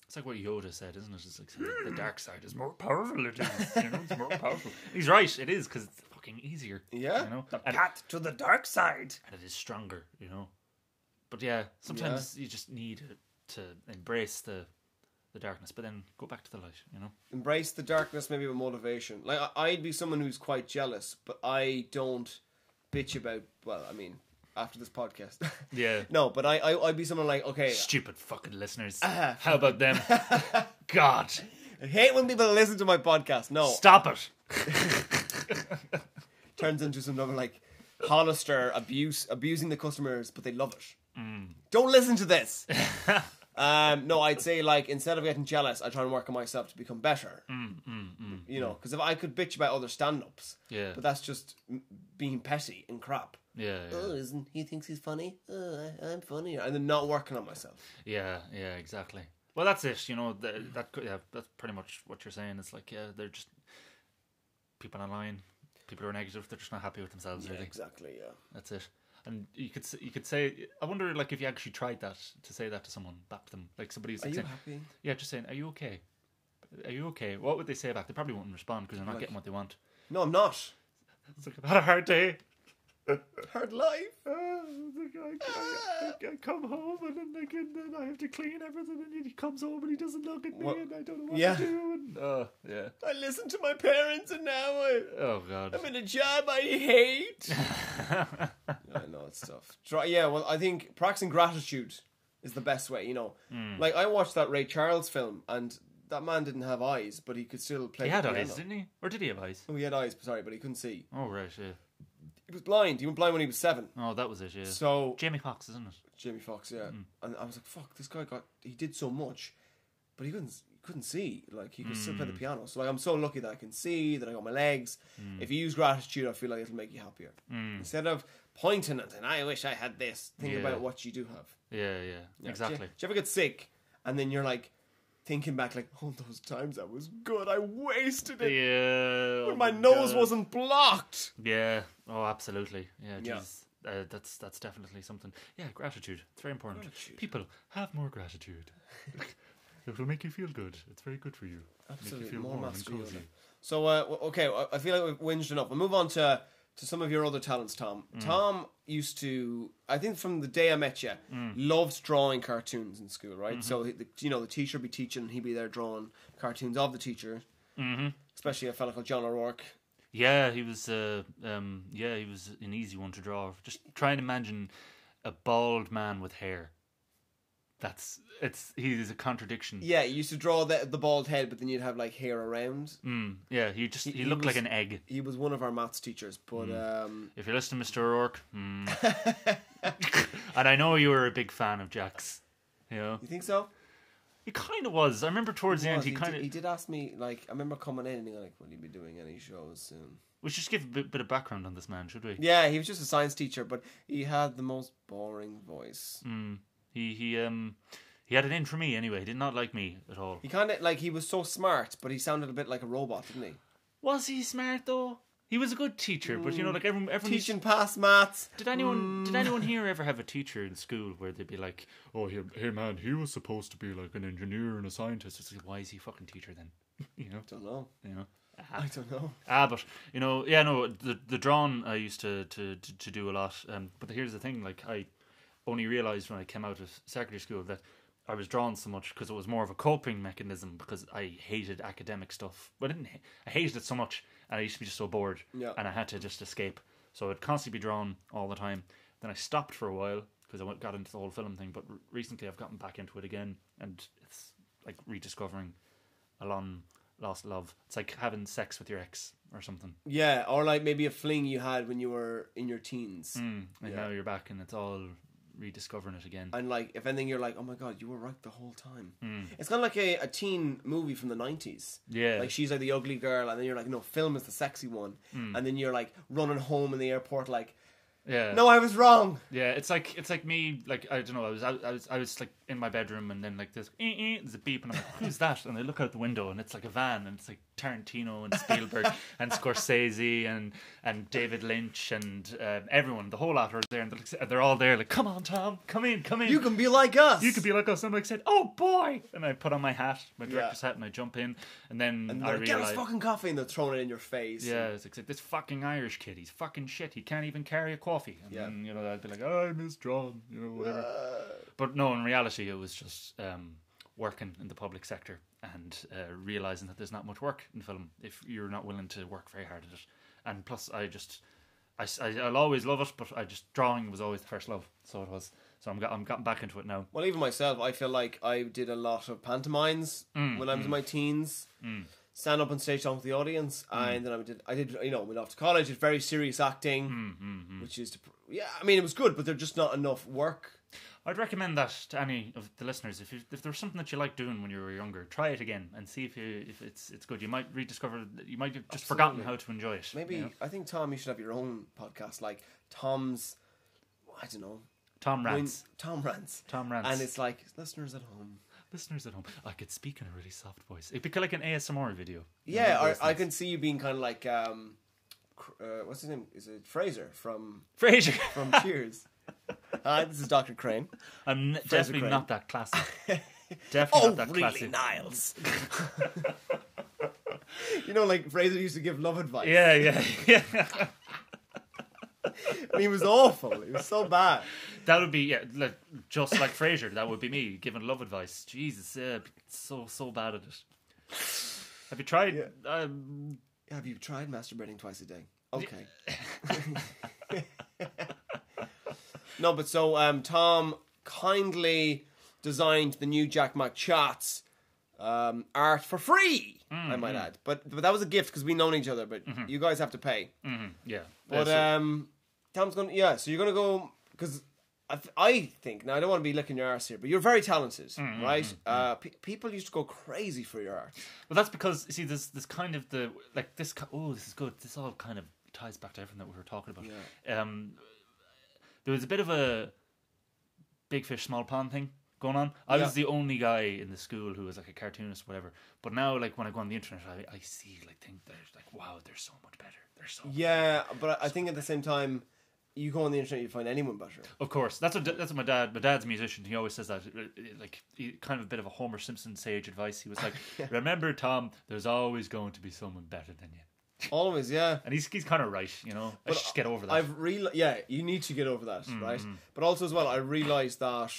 Speaker 2: It's like what Yoda said, isn't it? It's like the dark side is more Hmm. powerful. It is, you know, it's more powerful. He's right. It is because it's fucking easier.
Speaker 1: Yeah.
Speaker 2: you know, and,
Speaker 3: Path to the dark side.
Speaker 2: and it is stronger. You know, but yeah, sometimes you just need to embrace the the darkness, but then go back to the light. You know,
Speaker 1: Embrace the darkness, maybe with motivation. Like I- I'd be someone who's quite jealous, but I don't bitch about. Well, I mean, after this podcast,
Speaker 2: yeah.
Speaker 1: no, but I, I I'd be someone like, okay,
Speaker 2: Stupid fucking listeners. How about them? God,
Speaker 1: I hate when people listen to my podcast. No,
Speaker 2: stop it.
Speaker 1: turns into some other like Hollister abuse, abusing the customers, but they love it.
Speaker 2: Mm.
Speaker 1: Don't listen to this. um, no, I'd say like instead of getting jealous, I try and work on myself to become better.
Speaker 2: Mm,
Speaker 1: you know, because if I could bitch about other stand-ups,
Speaker 2: Yeah.
Speaker 1: but that's just m- being petty and crap.
Speaker 2: Yeah, yeah,
Speaker 1: Oh, isn't he thinks he's funny? Oh, I, I'm funnier, and then not working on myself.
Speaker 2: yeah, yeah, exactly. Well, that's it. You know, that, that could- yeah, that's pretty much what you're saying. It's like, yeah, they're just people online. People who are negative. They're just not happy with themselves. really,
Speaker 1: Exactly. Yeah.
Speaker 2: that's it. And you could s- you could say, I wonder, like, if you actually tried that to say that to someone back to them, like somebody's
Speaker 1: Are
Speaker 2: like,
Speaker 1: you
Speaker 2: saying,
Speaker 1: happy?
Speaker 2: yeah, just saying, are you okay? Are you okay? What would they say back? They probably wouldn't respond because they're not getting what they want.
Speaker 1: No, I'm not.
Speaker 2: It's like I've had a hard day.
Speaker 1: Hard life.
Speaker 2: I come home and then, like, and then I have to clean everything, and he comes home and he doesn't look at me,
Speaker 1: What-
Speaker 2: and I don't know what
Speaker 1: Yeah.
Speaker 2: to do. And, oh, yeah.
Speaker 1: I listened to my parents, and now I.
Speaker 2: Oh god.
Speaker 1: I'm in a job I hate. I know it's tough. Try, yeah, well, I think practicing gratitude is the best way. You know,
Speaker 2: Hmm.
Speaker 1: like I watched that Ray Charles film, and that man didn't have eyes, but he could still play.
Speaker 2: he had
Speaker 1: the
Speaker 2: eyes,
Speaker 1: piano.
Speaker 2: didn't he? Or did he have eyes?
Speaker 1: Oh, he had eyes. Sorry, but he couldn't see.
Speaker 2: Oh right, yeah.
Speaker 1: He was blind. He went blind when he was seven.
Speaker 2: Oh, that was it, yeah.
Speaker 1: So
Speaker 2: Jamie Foxx, isn't it?
Speaker 1: Jamie Foxx, yeah,
Speaker 2: Mm-hmm.
Speaker 1: and I was like, "Fuck, this guy got he did so much, but he couldn't he couldn't see. Like he could still
Speaker 2: Mm.
Speaker 1: play the piano. So like I'm so lucky that I can see that I got my legs.
Speaker 2: Mm.
Speaker 1: If you use gratitude, I feel like it'll make you happier instead of pointing at and I wish I had this. Think
Speaker 2: Yeah.
Speaker 1: about what you do have.
Speaker 2: Yeah, yeah,
Speaker 1: Do
Speaker 2: exactly.
Speaker 1: you, do you ever get sick and then you're like thinking back, like, "Oh, those times that was good. I wasted it.
Speaker 2: Yeah. oh
Speaker 1: My nose
Speaker 2: God.
Speaker 1: wasn't blocked."
Speaker 2: Yeah. Oh, absolutely. Yeah.
Speaker 1: Yeah.
Speaker 2: Geez. Uh, that's that's definitely something. Yeah, gratitude. It's very important. People have more gratitude. it will make you feel good. It's very good for you. Make you
Speaker 1: Absolutely,
Speaker 2: feel
Speaker 1: more
Speaker 2: warm and
Speaker 1: masculine.
Speaker 2: cozy.
Speaker 1: So, uh, w- okay, I- I feel like we've whinged enough. We'll move on to, to some of your other talents, Tom.
Speaker 2: Mm.
Speaker 1: Tom used to, I think from the day I met you,
Speaker 2: Mm.
Speaker 1: loved drawing cartoons in school, right? So, he-
Speaker 2: Mm-hmm.
Speaker 1: the, you know, the teacher would be teaching and he'd be there drawing cartoons of the teacher,
Speaker 2: Mm-hmm.
Speaker 1: especially a fellow called John O'Rourke.
Speaker 2: Yeah, he was. Uh, um, yeah, he was an easy one to draw. Just try and imagine a bald man with hair. That's it's. He is a contradiction. Yeah,
Speaker 1: Yeah, he used to draw the, the bald head, but then you'd have like hair around.
Speaker 2: mm, yeah he just he,
Speaker 1: he
Speaker 2: looked like
Speaker 1: was-
Speaker 2: an egg.
Speaker 1: He was one of our maths teachers, but um,
Speaker 2: If you're listening, Mister O'Rourke, mm. and I know you were a big fan of Jack's. You know,
Speaker 1: you think so?
Speaker 2: he kind of was. I remember towards the end,
Speaker 1: Was,
Speaker 2: he
Speaker 1: did-
Speaker 2: kind of
Speaker 1: he did ask me, like, I remember coming in and being like, will you be doing any shows soon?
Speaker 2: We should just give a bit, bit of background on this man, should we?
Speaker 1: Yeah, he was just a science teacher, but he had the most boring voice.
Speaker 2: Mm. He he um he had it in for me anyway. He did not like me at all.
Speaker 1: He kind of like he was so smart, but he sounded a bit like a robot, didn't
Speaker 2: Was he smart though? He was a good teacher, but you know, like everyone,
Speaker 1: he?
Speaker 2: everyone used-
Speaker 1: Mm, Teaching Mm. past maths.
Speaker 2: Did anyone did anyone here ever have a teacher in school where they'd be like,
Speaker 3: Oh, here, hey man, he was supposed to be like an engineer and a scientist.
Speaker 2: "Just like, why is he fucking teacher then?" you know,
Speaker 1: Don't know.
Speaker 2: you know.
Speaker 1: I don't know.
Speaker 2: Ah, but you know, yeah, no, the the drawn I used to to to, to do a lot. Um, but here's the thing, like I only realized when I came out of secondary school that I was drawn so much because it was more of a coping mechanism because I hated academic stuff. Well, I didn't. ha- I hated it so much, and I used to be just so bored,
Speaker 1: Yeah.
Speaker 2: and I had to just escape. So I'd constantly be drawn all the time. Then I stopped for a while because I went- got into the whole film thing. But r- recently, I've gotten back into it again, and it's like rediscovering a long lost love. It's like having sex with your ex or something.
Speaker 1: Yeah, or like maybe a fling you had when you were in your teens,
Speaker 2: Mm, and
Speaker 1: Yeah.
Speaker 2: now you're back, and it's all rediscovering it again.
Speaker 1: and like if anything, you're like, oh my god, you were right the whole time. It's kind of like a, a teen movie from the nineties.
Speaker 2: Mm. Yeah.
Speaker 1: like she's like the ugly girl, and then you're like, no, film is the sexy one, and then you're like running home in the airport, like.
Speaker 2: Mm. Yeah.
Speaker 1: No, I was wrong.
Speaker 2: Yeah, it's like it's like me. Like I don't know. I was I, was I was like in my bedroom, and then like this, "Eh, eh," there's a beep, and I'm like, who's that? And I look out the window, and it's like a van, and it's like Tarantino and Spielberg and Scorsese and and David Lynch and uh, everyone, the whole lot are there, and they're, like, they're all there. Like, come on, Tom, come in, come in.
Speaker 1: You can be like us.
Speaker 2: You could be like us. And I'm like, said, oh boy. And I put on my hat, my
Speaker 1: Yeah.
Speaker 2: director's hat, and I jump in. And then
Speaker 1: And
Speaker 2: I
Speaker 1: they're like, get us
Speaker 2: realize,
Speaker 1: fucking coffee, and they're throwing it in your face.
Speaker 2: yeah, it's like this fucking Irish kid. He's fucking shit. He can't even carry a coffee. And
Speaker 1: Yeah.
Speaker 2: then, you know, I'd be like, oh, I miss John, you know, whatever.
Speaker 1: Uh.
Speaker 2: but no, in reality, it was just um, working in the public sector and uh, realizing that there's not much work in film if you're not willing to work very hard at it. And plus, I just, I, will always love it, but I just drawing was always the first love, so it was. So I'm, got, I'm gotten back into it now.
Speaker 1: Well, even myself, I feel like I did a lot of pantomimes
Speaker 2: Mm,
Speaker 1: when I was in my teens. Stand up and stage down with the audience,
Speaker 2: Mm.
Speaker 1: and then I did. I did, you know, went off to college. Did very serious acting,
Speaker 2: Mm,
Speaker 1: which is, dep- yeah, I mean, it was good, but there's just not enough work.
Speaker 2: I'd recommend that to any of the listeners. If you, if there's something that you liked doing when you were younger, try it again and see if you, if it's it's good. You might rediscover. that You might have just forgotten how to enjoy it.
Speaker 1: Maybe
Speaker 2: you know?
Speaker 1: I think Tom, you should have your own podcast, like Tom's. I don't know.
Speaker 2: Tom
Speaker 1: When-
Speaker 2: rants.
Speaker 1: Tom rants.
Speaker 2: Tom rants.
Speaker 1: And it's like listeners at home.
Speaker 2: listeners at home, I could speak in a really soft voice. It'd be kind of like an ASMR video.
Speaker 1: Yeah, or I can see you being kind of like um, cr- uh, what's his name? Is it Fraser from
Speaker 2: Fraser.
Speaker 1: from Cheers? Hi, this is Doctor Crane.
Speaker 2: I'm n- definitely
Speaker 1: Crane. Oh,
Speaker 2: not that classic. definitely not that classic.
Speaker 1: Niles? you know, like Fraser used to give love advice.
Speaker 2: Yeah, yeah, yeah.
Speaker 1: and he was awful. He was so bad.
Speaker 2: That would be yeah, like, just like Fraser. That would be me giving love advice. Jesus, yeah, I'd be so so bad at it. Have you tried? Um,
Speaker 1: Have you tried masturbating twice a day? Okay. no, but so um, Tom kindly designed the new Jack Mac Chats um, art for free, I might add. But but that was a gift because we known each other. But you guys have to pay.
Speaker 2: yeah,
Speaker 1: But
Speaker 2: Yeah, so-
Speaker 1: um, Tom's gonna yeah. So you're gonna go because I, th- I think now I don't want to be licking your ass here, but you're very talented, right? Uh, pe- people used to go crazy for your art.
Speaker 2: Well, that's because you see, there's this kind of the like this. ki- Oh, this is good. This all kind of ties back to everything that we were talking about. Um, there was a bit of a big fish, small pond thing going on. I was the only guy in the school who was like a cartoonist, whatever. But now, like when I go on the internet, I, I see like things that are like, wow, they're so much better. They're so.
Speaker 1: Yeah, but I I think at the same time, you go on the internet, you find anyone better.
Speaker 2: Of course, that's what that's what my dad. My dad's a musician. He always says that, uh, like, he, kind of a bit of a Homer Simpson sage advice. He was like, "Remember, Tom, there's always going to be someone better than you."
Speaker 1: Always, yeah.
Speaker 2: And he's he's kind of right, you know. I should just get over that. Mm-hmm.
Speaker 1: I've real yeah, you need to get over that, right? But also as well, I realized that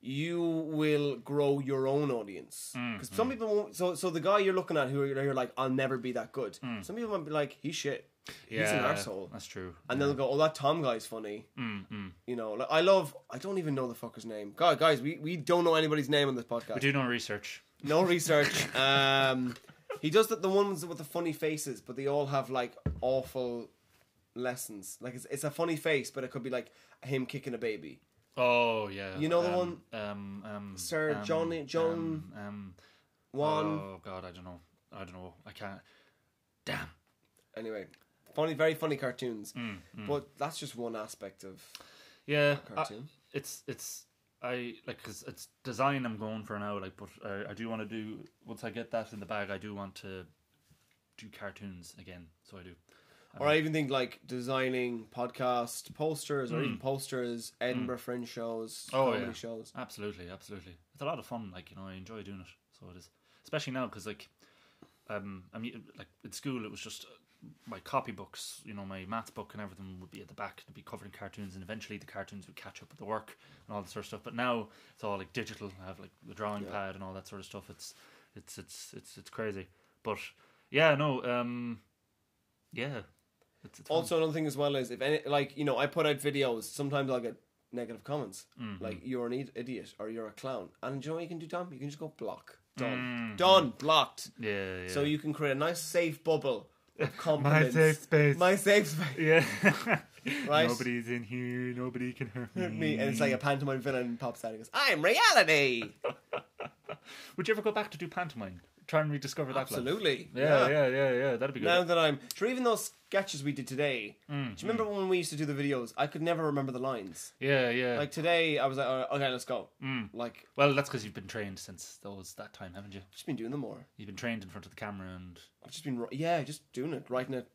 Speaker 1: you will grow your own audience
Speaker 2: Mm-hmm.
Speaker 1: because some people won't. So, so the guy you're looking at who you're, you're like, I'll never be that good. Some people might be like, he's shit. He's an asshole.
Speaker 2: Mm. That's Mm-hmm. true.
Speaker 1: And then they'll go, "Oh, that Tom guy's funny." You know, like I love. I don't even know the fucker's name. God, guys, we, we don't know anybody's name on this podcast.
Speaker 2: we do no research.
Speaker 1: No research. um, he does the, the ones with the funny faces, but they all have like awful lessons. Like it's, it's a funny face, but it could be like him kicking a baby.
Speaker 2: Oh yeah.
Speaker 1: You know the
Speaker 2: um,
Speaker 1: one-
Speaker 2: Um, um,
Speaker 1: Sir
Speaker 2: um,
Speaker 1: Johnny- John-
Speaker 2: Um, um,
Speaker 1: One
Speaker 2: Oh god, I don't know. I don't know. I can't. Damn.
Speaker 1: anyway, funny, very funny cartoons.
Speaker 2: Hmm,
Speaker 1: But that's just one aspect of
Speaker 2: Yeah. I,
Speaker 1: cartoon.
Speaker 2: it's it's I like 'cause it's design I'm going for now. Like, but I, I do want to do once I get that in the bag. I do want to do cartoons again. So I do. Uh-huh.
Speaker 1: or I even think like designing podcast posters or even posters, Edinburgh Fringe shows,
Speaker 2: Hmm. Oh,
Speaker 1: comedy
Speaker 2: yeah.
Speaker 1: shows.
Speaker 2: Absolutely, absolutely. It's a lot of fun. Like you know, I enjoy doing it. So it is, especially now because like, um, I mean, like in school it was just uh, my copybooks. You know, my maths book and everything would be at the back. It'd be covered in cartoons, and eventually the cartoons would catch up with the work and all that sort of stuff. But now it's all like digital. I have like the drawing pad and all that sort of stuff. It's, it's, it's, it's, it's crazy. But yeah, no, um, yeah. It's, it's fun.
Speaker 1: Also, another thing as well is if any like you know, I put out videos. Sometimes I'll get negative comments
Speaker 2: Mm-hmm.
Speaker 1: like "you're an id- idiot" or "you're a clown." And do you know what you can do, Tom? You can just go block. Done. Done. Blocked.
Speaker 2: Mm. yeah, yeah.
Speaker 1: So you can create a nice safe bubble of compliments.
Speaker 4: space.
Speaker 1: My safe space,
Speaker 2: yeah.
Speaker 1: right?
Speaker 4: Nobody's in here. Nobody can hurt me.
Speaker 1: Me and it's like a
Speaker 2: Mm.
Speaker 1: pantomime villain pops out and goes, "I'm reality."
Speaker 2: would you ever go back to do pantomime? try and rediscover that. place.
Speaker 1: Absolutely.
Speaker 2: Yeah, yeah, yeah, yeah, That'd be good.
Speaker 1: Now that I'm sure, even those sketches we did today,
Speaker 2: Mm,
Speaker 1: do you remember when we used to do the videos? I could never remember the lines.
Speaker 2: yeah, yeah. Mm.
Speaker 1: Like today, I was like, "All right, okay, let's go. Like,
Speaker 2: well, that's because you've been trained since those that time, haven't you?
Speaker 1: I've just been doing them more.
Speaker 2: You've been trained in front of the camera, and
Speaker 1: I've just been, ri- yeah, just doing it, writing it,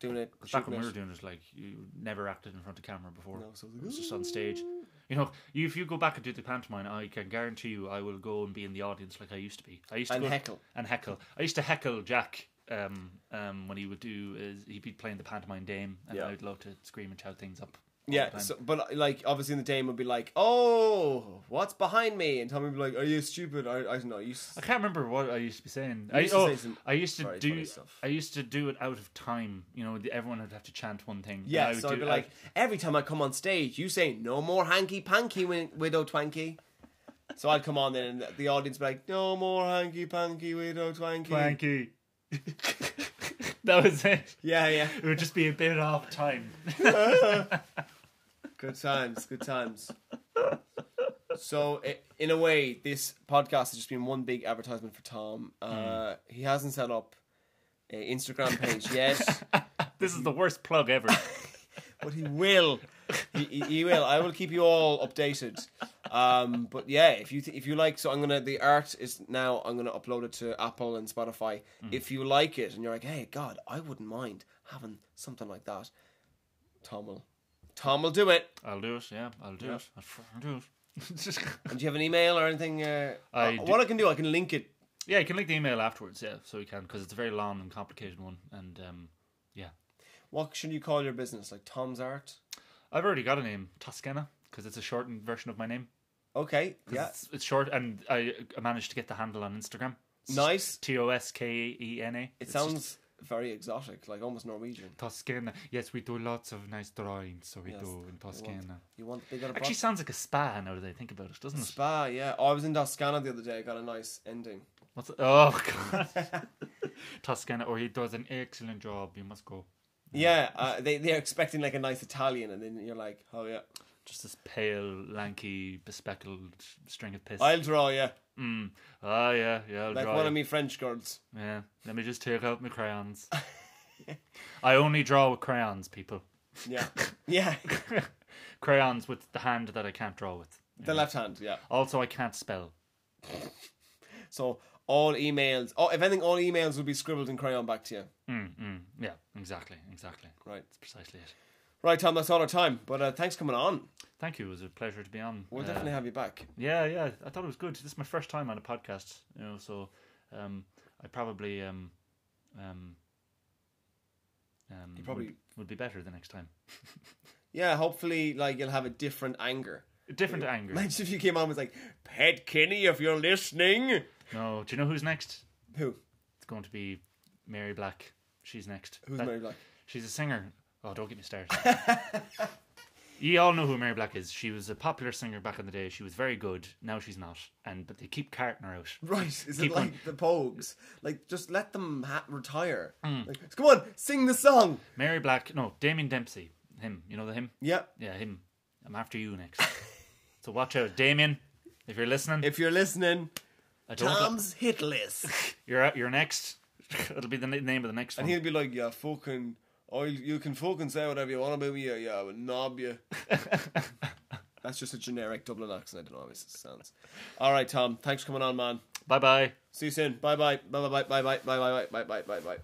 Speaker 1: doing it,
Speaker 2: back
Speaker 1: shooting
Speaker 2: when we were
Speaker 1: it.
Speaker 2: doing it, like you never acted in front of camera before.
Speaker 1: No, so it's like,
Speaker 2: it was just on stage. You know, you- if you go back and do the pantomime, I can guarantee you, I will go and be in the audience like I used to be. I used to
Speaker 1: And
Speaker 2: go-
Speaker 1: heckle.
Speaker 2: and heckle. I used to heckle Jack um, um, when he would do. Is, he'd be playing the pantomime Dame, and
Speaker 5: Yeah.
Speaker 2: I'd love to scream and shout things up. all the
Speaker 1: Yeah,
Speaker 2: time.
Speaker 1: so, but like obviously in the Dame would be like, "Oh, what's behind me?" and Tommy would be like, "Are you stupid?" I, I don't know. You s-
Speaker 2: I can't remember what I used to be saying.
Speaker 1: You
Speaker 2: I,
Speaker 1: used to
Speaker 2: oh,
Speaker 1: say some
Speaker 2: I used to
Speaker 1: very funny
Speaker 2: do.
Speaker 1: stuff.
Speaker 2: I used to do it out of time. You know, the- everyone would have to chant one thing. and I
Speaker 1: yeah,
Speaker 2: would
Speaker 1: so I'd
Speaker 2: do
Speaker 1: be
Speaker 2: it
Speaker 1: like,
Speaker 2: out-
Speaker 1: every time I come on stage, you say no more hanky panky, win- widow twanky. So I'd come on then, and the- the audience would be like, no more hanky panky, widow twanky.
Speaker 2: "Frankie." that was it.
Speaker 1: Yeah, yeah.
Speaker 2: It would just be a bit off time.
Speaker 1: Good times, good times. So, i- in a way, this podcast has just been one big advertisement for Tom. Uh, He hasn't set up an Instagram page yet,
Speaker 2: this is the worst plug ever.
Speaker 1: but he will. He, he, he will. I will keep you all updated. Um, but yeah, if you th- if you like, so I'm gonna the art is now. I'm gonna upload it to Apple and Spotify. If you like it, and you're like, hey, God, I wouldn't mind having something like that. Tom will. Tom will do it.
Speaker 2: I'll do it. Yeah, I'll do
Speaker 1: Yeah.
Speaker 2: it. I'll fucking do it.
Speaker 1: And do you have an email or anything? Uh,
Speaker 2: I
Speaker 1: uh,
Speaker 2: do-
Speaker 1: What I can do, I can link it.
Speaker 2: yeah, you can link the email afterwards. Yeah, so you can because it's a very long and complicated one. And um, yeah,
Speaker 1: What should you call your business? Like Tom's Art?
Speaker 2: I've already got a name, Toscana, because it's a shortened version of my name.
Speaker 1: Okay,
Speaker 2: 'Cause
Speaker 1: yeah.
Speaker 2: it's, it's short, and I, I managed to get the handle on Instagram.
Speaker 1: Nice.
Speaker 2: T O S K E N A.
Speaker 1: It
Speaker 2: It's just
Speaker 1: sounds very exotic, like almost Norwegian.
Speaker 2: Toscana. Yes, we do lots of nice drawings, so we
Speaker 1: Yes,
Speaker 2: do in Toscana.
Speaker 1: You want the bigger
Speaker 2: Actually,
Speaker 1: box?
Speaker 2: sounds like a spa now that I think about it, doesn't it?
Speaker 1: Spa, yeah. Oh, I was in Toscana the other day. I got a nice ending.
Speaker 2: What's oh god, Toscana, or he does an excellent job. You must go.
Speaker 1: Yeah, uh, they they're expecting like a nice Italian, and then you're like, oh yeah,
Speaker 2: Just this pale, lanky, bespeckled string of piss.
Speaker 1: I'll draw yeah,
Speaker 2: Mm. Ah, yeah, yeah. I'll
Speaker 1: like
Speaker 2: draw
Speaker 1: one
Speaker 2: you.
Speaker 1: of me French girls.
Speaker 2: Yeah, let me just take out my crayons. I only draw with crayons, people.
Speaker 1: Yeah, yeah.
Speaker 2: crayons with the hand that I can't draw with.
Speaker 1: the left hand, yeah.
Speaker 2: Also, I can't spell.
Speaker 1: So all emails. Oh, if anything, all emails will be scribbled in crayon back to you.
Speaker 2: Mm, mm, yeah, exactly, exactly.
Speaker 1: Right,
Speaker 2: That's precisely it.
Speaker 1: right, Tom. That's all our time. But uh, thanks for coming on.
Speaker 2: Thank you. It was a pleasure to be on.
Speaker 1: We'll
Speaker 2: Uh,
Speaker 1: definitely have you back.
Speaker 2: Yeah, yeah. I thought it was good. This is my first time on a podcast, you know, so um, I probably um, um, um,
Speaker 1: You probably-
Speaker 2: would, would be better the next time.
Speaker 1: Yeah, hopefully, like you'll have a different anger.
Speaker 2: Different anger.
Speaker 1: Imagine if you came on and was like, "Pet Kenny, if you're listening."
Speaker 2: No, do you know who's next?
Speaker 1: Who?
Speaker 2: It's going to be Mary Black. She's next.
Speaker 1: Who's
Speaker 2: That-
Speaker 1: Mary Black?
Speaker 2: She's a singer. Oh, don't get me started. you all know who Mary Black is. She was a popular singer back in the day. She was very good. Now she's not. And but they keep carting her out.
Speaker 1: Right? Is it
Speaker 2: Keep
Speaker 1: like
Speaker 2: on.
Speaker 1: the Pogues? Like, just let them ha- retire.
Speaker 2: Hmm.
Speaker 1: Like, come on, sing the song.
Speaker 2: Mary Black, no, Damien Dempsey. Him. You know the him?
Speaker 1: Yeah.
Speaker 2: Yeah, him. I'm after you next. so watch out, Damien. If you're listening,
Speaker 1: If you're listening,
Speaker 2: I don't li-
Speaker 1: Tom's hit list,
Speaker 2: you're out, you're next. It'll be the na- name of the next
Speaker 1: and
Speaker 2: one.
Speaker 1: he'll be like, "Yeah, fucking." Oh, you can fucking say whatever you want about me, yeah, yeah, I will knob you. That's just a generic Dublin accent. I don't know how it sounds. All right, Tom. Thanks for coming on, man.
Speaker 2: Bye bye.
Speaker 1: See you soon. Bye bye. Bye bye bye bye bye bye bye bye bye bye bye.